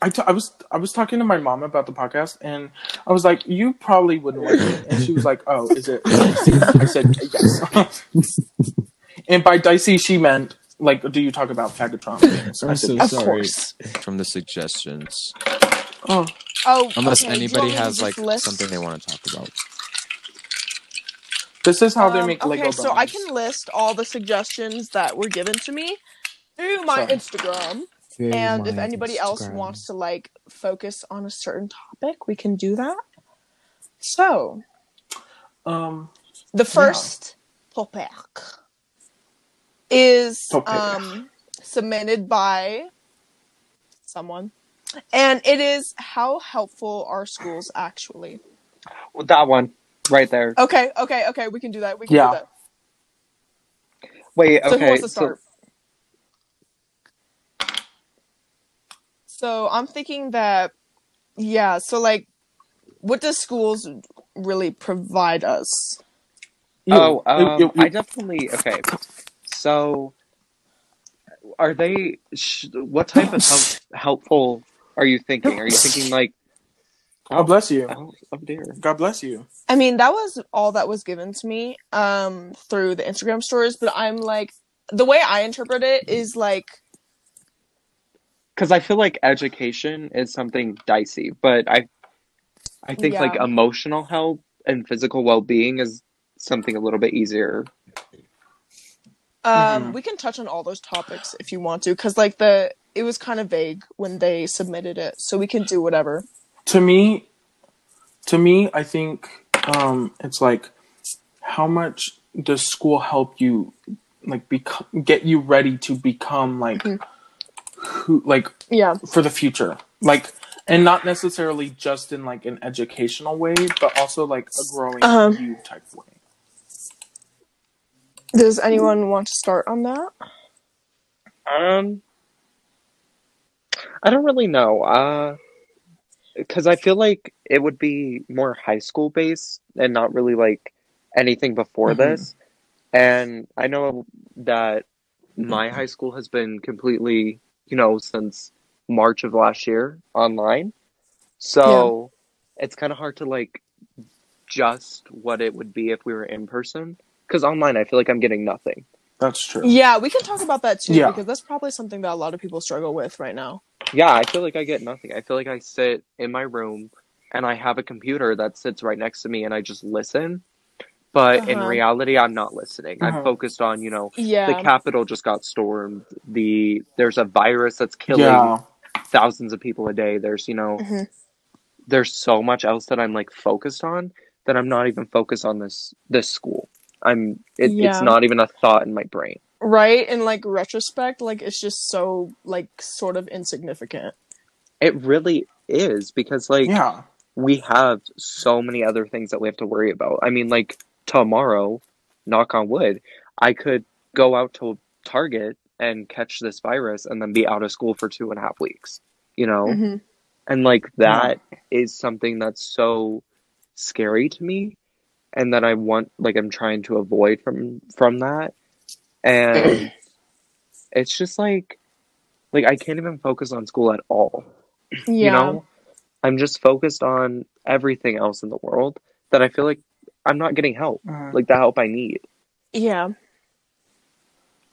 D: I, t- I was I was talking to my mom about the podcast, and I was like, "You probably wouldn't like it," and she was like, "Oh, is it?" dicey?" I said, "Yes." and by dicey, she meant like, "Do you talk about faggotron?" things?" I
B: I'm so
D: said, "Of
B: sorry."
D: course."
B: From the suggestions,
D: Oh,
C: Oh,
B: unless
C: okay, do you want
B: anybody
C: me to
B: has
C: just
B: like
C: list?
B: something they want to talk about.
D: this is how they
C: Um,
D: make
C: okay,
D: Lego
C: so I
D: bones.
C: can list all the suggestions that were given to me through my
D: Sorry.
C: Instagram. and if anybody else wants to like focus on a certain topic, we can do that. So
D: Um,
C: the first topic is
D: Topic.
C: um, submitted by someone, and it is how helpful are schools actually?
E: that one right there.
C: Okay, okay, okay, we can do that. We can
D: Yeah.
C: do that.
E: Wait, okay.
C: So who wants to start? So I'm thinking that, yeah. So like, what does schools really provide us?
D: you-
E: oh,
D: you-
E: um,
D: you- you-
E: I definitely okay. So, are they? Sh- what type of help, helpful are you thinking? Are you thinking like?
D: God bless you.
E: Oh, oh dear.
D: God bless you.
C: I mean, that was all that was given to me um, through the Instagram stories. But I'm like, the way I interpret it is like,
E: Because I feel like education is something dicey, but I, I think like
C: Yeah.
E: emotional help and physical well-being is something a little bit easier.
C: um,
D: Mhm.
C: we can touch on all those topics if you want to, because like the it was kind of vague when they submitted it, so we can do whatever.
D: to me to me i think um it's like how much does school help you like become get you ready to become like who like
C: Yeah.
D: for the future like and not necessarily just in like an educational way but also like a growing
C: Uh-huh.
D: you type way
C: Does anyone want to start on that?
E: Um, I don't really know. Uh, because I feel like it would be more high school based and not really like anything before
D: Mhm.
E: this. And I know that my high school has been completely, you know, since March of last year online. So it's kind of hard to like just what it would be if we were in person. Because online, I feel like I'm getting nothing.
D: that's true
C: Yeah, we can talk about that too,
D: Yeah.
C: because that's probably something that a lot of people struggle with right now.
E: Yeah, I feel like I get nothing. I feel like I sit in my room and I have a computer that sits right next to me and I just listen. But in
C: Uh-huh.
E: reality, I'm not listening. I'm
D: Uh-huh.
E: focused on, you know,
C: Yeah.
E: the Capitol just got stormed. The there's a virus that's killing
D: yeah
E: thousands of people a day. There's, you know,
C: Mhm.
E: there's so much else that I'm like focused on that I'm not even focused on this this school. I'm it,
C: Yeah.
E: it's not even a thought in my brain.
C: right in like retrospect like it's just so like sort of insignificant
E: It really is because like
D: yeah
E: we have so many other things that we have to worry about. I mean, like tomorrow, knock on wood, I could go out to Target and catch this virus and then be out of school for two and a half weeks, you know?
C: Mhm.
E: And like that is something that's so scary to me and that I want like I'm trying to avoid from from that. and it's just like like I can't even focus on school at all.
C: Yeah.
E: You know, I'm just focused on everything else in the world that I feel like I'm not getting help,
D: Mhm.
E: like the help I need.
C: Yeah.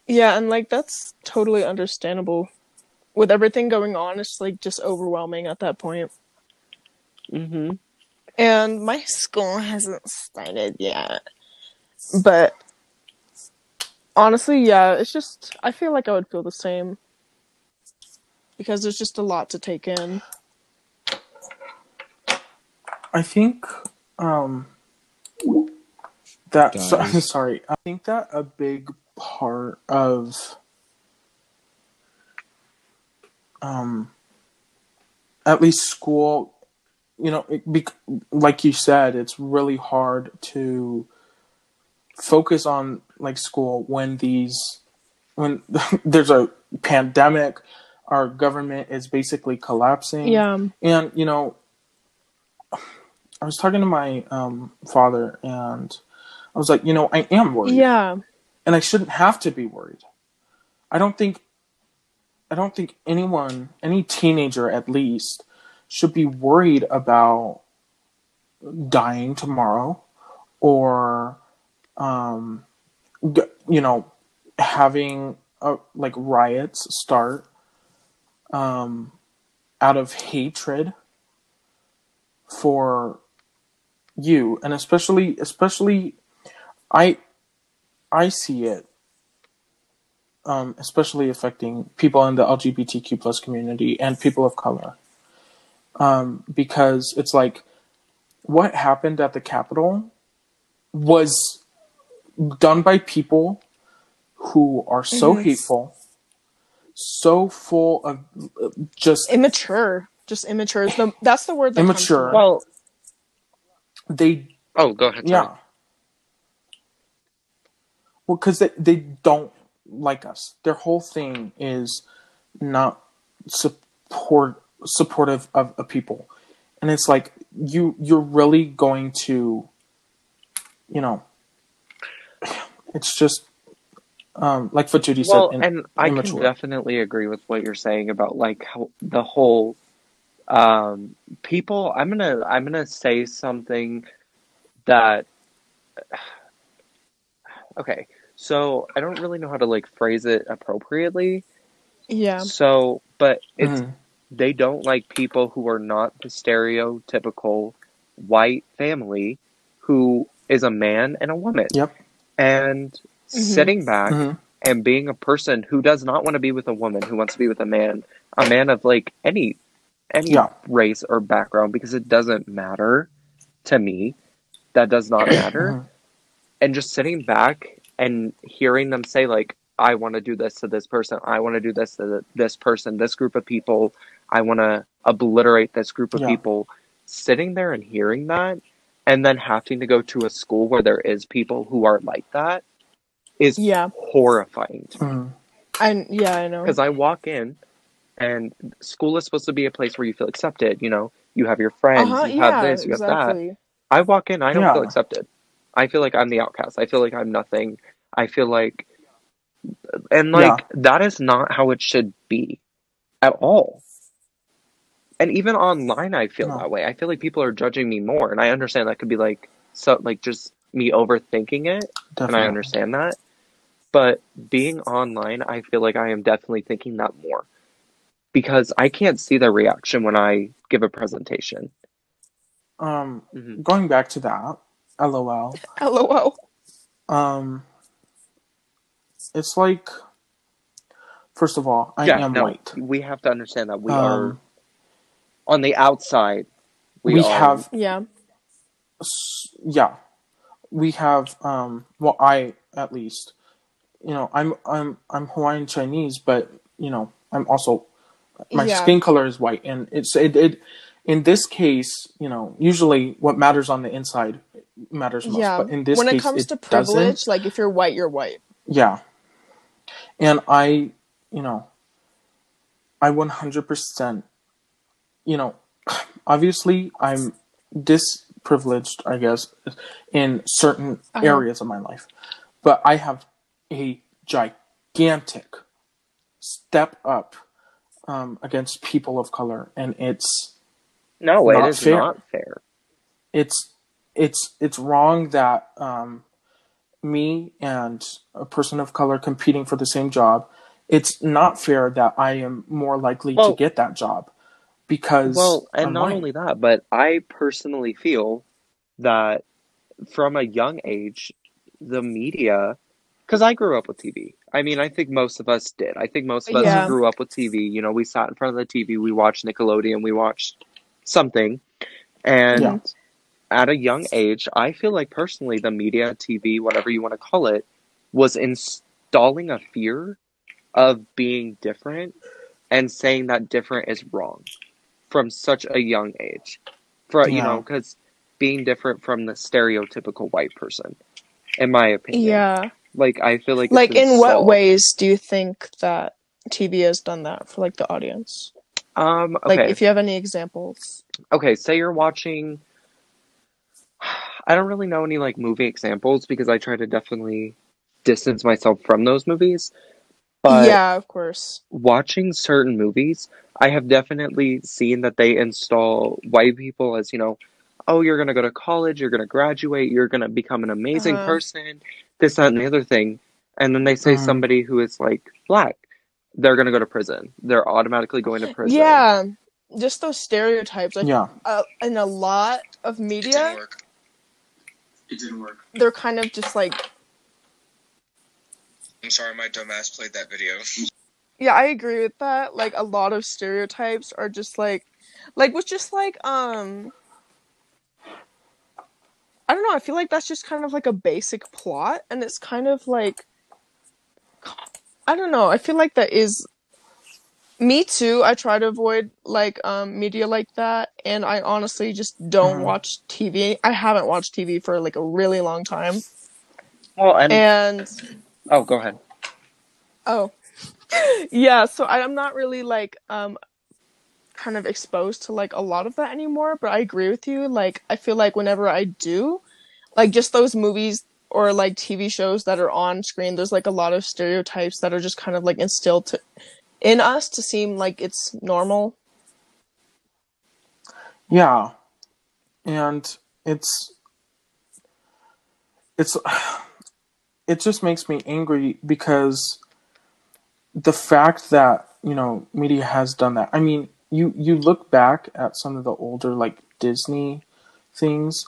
C: Yeah, and like that's totally understandable. With everything going on, it's like just overwhelming at that point.
E: hmm
C: And my school hasn't started yet. But honestly, yeah, it's just I feel like I would feel the same. Because there's just a lot to take in.
D: I think um, that. So,
B: Guys.
D: sorry, I think that a big part of um, at least school, you know, it be, like you said, it's really hard to focus on like school when these when there's a pandemic, our government is basically collapsing
C: Yeah.
D: and you know i was talking to my um, father and i was like you know i am worried
C: Yeah.
D: and i shouldn't have to be worried i don't think i don't think anyone any teenager at least should be worried about dying tomorrow or um g- you know having uh like riots start um out of hatred for you and especially especially i i see it um, especially affecting people in the lgbtq plus community and people of color um, because it's like what happened at the capitol was done by people who are so hateful so full of uh, just
C: Immature. Just immature. is The, that's the word that comes to
D: Immature.
C: mind.
E: Well,
D: they
E: oh, go ahead. sorry.
D: Yeah. Well, because they, they don't like us. Their whole thing is not support supportive of a people, and it's like you you're really going to, you know, it's just um, like what Judy
E: well,
D: said. in-
E: and I
D: immature.
E: can definitely agree with what you're saying about like how the whole um, people. I'm gonna I'm gonna say something that okay. So I don't really know how to like phrase it appropriately.
C: Yeah.
E: So, but it's
D: Mhm.
E: they don't like people who are not the stereotypical white family who is a man and a woman.
D: Yep.
E: And sitting back
D: Mhm.
E: and being a person who does not want to be with a woman, who wants to be with a man, a man of like any any
D: Yeah.
E: race or background because it doesn't matter to me. That does not matter.
D: Mhm.
E: and just sitting back and hearing them say like I want to do this to this person. I want to do this to th- this person, this group of people. I want to obliterate this group of
D: Yeah.
E: people. Sitting there and hearing that, and then having to go to a school where there is people who are like that, is
C: Yeah.
E: horrifying to me.
D: Mhm.
C: I yeah, I know.
E: Because I walk in, and school is supposed to be a place where you feel accepted. You know, you have your friends,
C: Uh-huh,
E: you have
C: yeah,
E: this, you have that.
C: exactly.
E: I walk in, I don't
D: Yeah.
E: feel accepted. I feel like I'm the outcast. I feel like I'm nothing. I feel like, and
D: Yeah.
E: like that is not how it should be, at all. And even online, I feel
D: No.
E: that way. I feel like people are judging me more, and I understand that could be like so, like just me overthinking it and I
D: Definitely.
E: understand that. But being online, I feel like I am definitely thinking that more because I can't see their reaction when I give a presentation.
D: Um,
E: hmm
D: going back to that, lol.
C: LOL.
D: Um, it's like, first of all, I
E: Yeah,
D: am
E: no,
D: white.
E: we have to understand that we
D: Um,
E: are on the outside. We,
D: We,
E: are,
D: have,
C: Yeah.
D: s- yeah, we have. Um, well, I at least, you know, I'm I'm I'm Hawaiian Chinese, but you know, I'm also my
C: yeah.
D: skin color is white, and it's it, it. In this case, you know, usually what matters on the inside matters most,
C: yeah.
D: but in this
C: when
D: case,
C: it comes to
D: doesn't.
C: privilege, like if you're white, you're white.
D: Yeah. And I, you know, I 100%, you know, obviously I'm disprivileged, I guess, in certain
C: Uh-huh.
D: areas of my life, but I have a gigantic step up um, against people of color, and it's
E: No, it
D: Not
E: is
D: fair.
E: not fair.
D: it's it's it's wrong that um, me and a person of color competing for the same job. It's not fair that I am more likely
E: Well-
D: to get that job because
E: Well, and
D: I'm
E: not
D: white.
E: only that, but I personally feel that from a young age, the media, because I grew up with TV. I mean, I think most of us did. I think most of us
C: Yeah.
E: who grew up with TV, you know, we sat in front of the TV, we watched Nickelodeon, we watched something. And
D: Yeah.
E: at a young age, I feel like personally the media, TV, whatever you want to call it, was installing a fear of being different and saying that different is wrong from such a young age. For you
D: Yeah.
E: know, because being different from the stereotypical white person, in my opinion.
C: Yeah.
E: Like I feel like it's
C: Like, in what
E: installed.
C: ways do you think that TV has done that for like the audience?
E: Um.
C: Like,
E: Okay.
C: if you have any examples.
E: okay, say you're watching. I don't really know any like movie examples because I try to definitely distance myself from those movies. But
C: yeah, of course.
E: watching certain movies, I have definitely seen that they install white people as, you know, oh, you're going to go to college, you're going to graduate, you're going to become an amazing
C: Uh-huh.
E: person, this, that, and the other thing. And then they say
D: Mm.
E: somebody who is like black, they're going to go to prison. They're automatically going to prison.
C: Yeah, just those stereotypes. Like,
D: yeah,
C: uh, in a lot of media,
A: work. It didn't work.
C: they're kind of just like,
A: I'm sorry, my dumbass played that video.
C: yeah, I agree with that. Like, a lot of stereotypes are just like, like, was just like, um, I don't know. I feel like that's just kind of like a basic plot, and it's kind of like, I don't know. I feel like that is. Me too. I try to avoid like um media like that, and I honestly just don't
D: Mhm.
C: watch TV. I haven't watched TV for like a really long time.
E: Well, and,
C: and
E: oh, go ahead.
C: oh yeah so I, i'm not really like um kind of exposed to like a lot of that anymore but i agree with you like i feel like whenever i do like just those movies or like tv shows that are on screen there's like a lot of stereotypes that are just kind of like instilled to, in us to seem like it's normal
D: yeah, and it's it's it just makes me angry because the fact that you know media has done that. I mean, you you look back at some of the older like Disney things,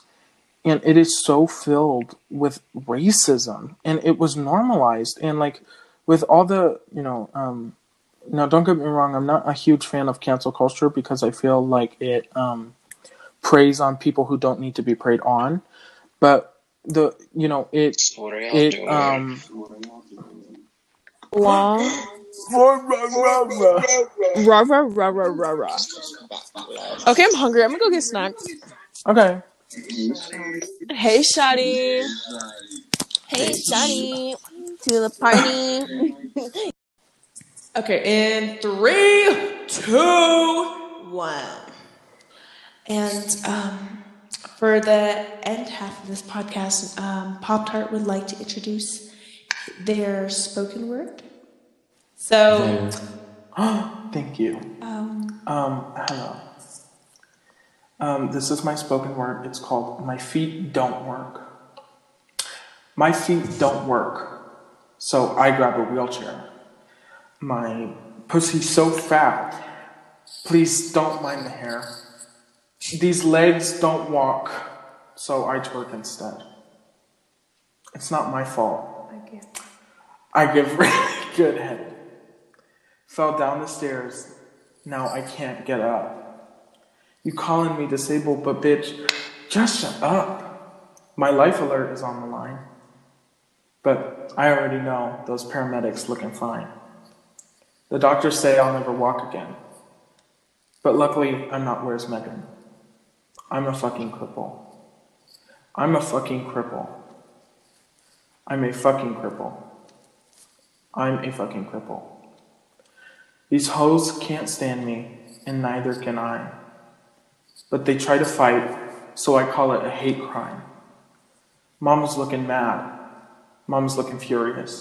D: and it is so filled with racism, and it was normalized, and like with all the you know. um now don't get me wrong i'm not a huge fan of cancel culture because i feel like it um, preys on people who don't need to be preyed on but the you know it it um
C: long rah rah rah rah rah rah okay i'm hungry i'm gonna go get snacks
D: okay
C: Hey, Shotty. Hey, Shotty. To the party. okay, in three, two, one.
I: And um, for the end half of this podcast, um, Pop Tart would like to introduce their spoken word. So,
D: thank you
I: um,
D: um hello um this is my spoken word it's called my feet don't work my feet don't work so i grab a wheelchair my pussy's so fat Please don't mind the hair. These legs don't walk, so I twerk instead. It's not my fault. I give really good head. Fell down the stairs. Now I can't get up. You calling me disabled, but bitch, just shut up. My life alert is on the line. But I already know those paramedics looking fine. The doctors say I'll never walk again. But luckily, I'm not Where's Megan. I'm a fucking cripple. I'm a fucking cripple. I'm a fucking cripple. I'm a fucking cripple. These hoes can't stand me, and neither can I. But they try to fight, so I call it a hate crime. Mama's looking mad. Mama's looking furious.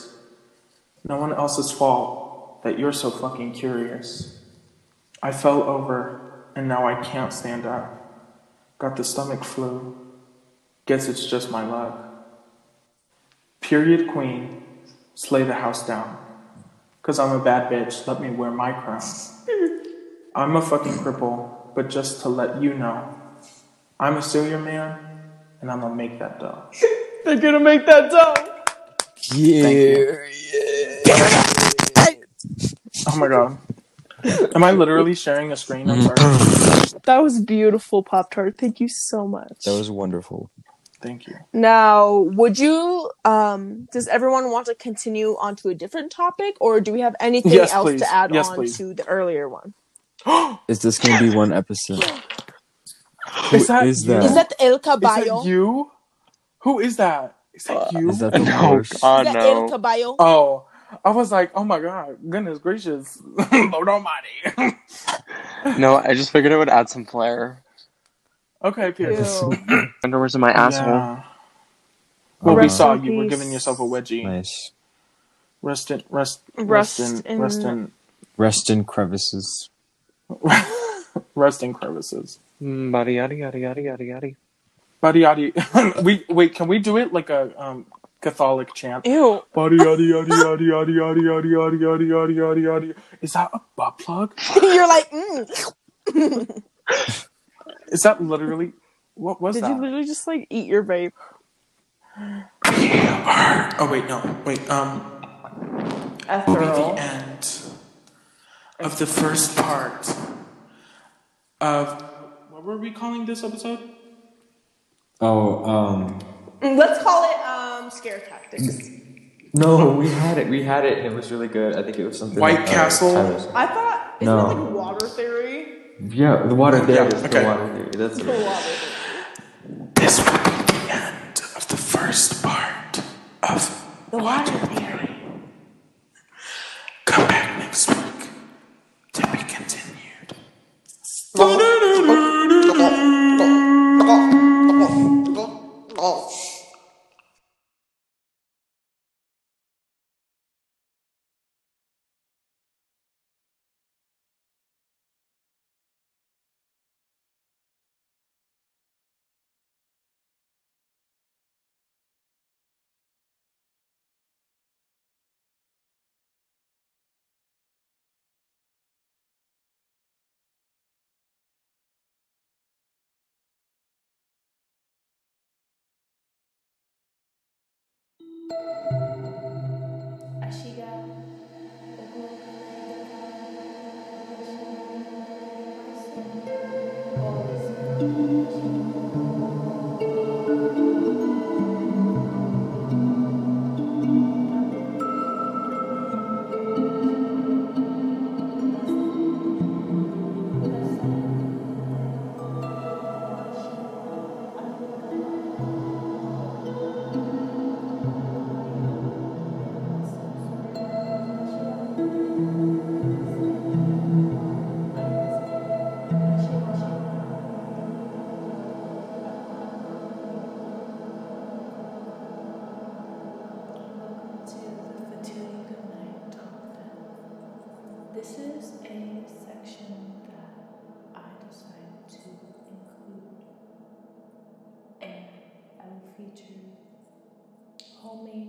D: No one else's fault that you're so fucking curious. I fell over and now I can't stand up. Got the stomach flu. Guess it's just my luck. Period queen, slay the house down. Cause I'm a bad bitch, let me wear my crown. I'm a fucking cripple, but just to let you know, I'm a serial man and I'm gonna make that dough.
C: They're gonna make that dumb.
B: Yeah.
D: Oh my god. Am I literally sharing a screen? I'm sorry.
C: That was beautiful, Pop Tart. Thank you so much.
B: That was wonderful.
D: Thank you.
C: Now, would you um does everyone want to continue on to a different topic or do we have anything
D: Yes,
C: else
D: please.
C: to add
D: Yes,
C: on
D: please.
C: to the earlier one?
B: Is this gonna be one episode? Who
D: Is that
B: is
D: you?
B: that?
C: Is that El
D: Is
C: Caballo?
D: that you? Who is that? Is that you?
B: Is that the
E: No,
B: horse?
E: God,
C: Is that El
E: no.
C: Caballo?
D: Uh, Oh, I was like, oh my god, goodness gracious, Lord Almighty.
E: No, I just figured it would add some flair.
D: okay, Pierce.
C: Ew.
E: Underwear's in my asshole.
D: Yeah. Well, we
C: Rest
D: saw
C: in
D: you were
C: peace.
D: giving yourself a wedgie.
B: Nice.
D: Rest in, rest,
C: Rest
D: rest, in,
C: in-
D: rest in,
B: Rest in crevices.
D: rest in crevices.
E: Mm, Yada yada yada yada yada yada.
D: Body yaddy. we wait. Can we do it like a um Catholic chant?
C: Ew.
D: Body yaddy yaddy yaddy yaddy yaddy yaddy yaddy yaddy yaddy yaddy yaddy. Is that a butt plug?
C: You're like, mm.
D: Is that literally? What was
C: did
D: that?
C: you literally just like eat your vape?
D: oh wait, no, wait. Um,
I: After
D: the
I: all.
D: end of the first part of what were we calling this episode?
B: Oh, um.
I: Mm, Let's call it um, scare tactics.
B: No, we had it. We had it, and it was really good. I think it was something. uh,
D: White Castle?
I: I thought isn't
B: No.
I: that like water theory?
B: Yeah, the water. There
D: Yeah,
B: it is.
D: okay.
B: The water. There. That's it.
D: This will be the end of the first part of
I: The water theory.
D: Come Back Next Week to be continued.
J: This is a section that I decided to include, and I will feature homemade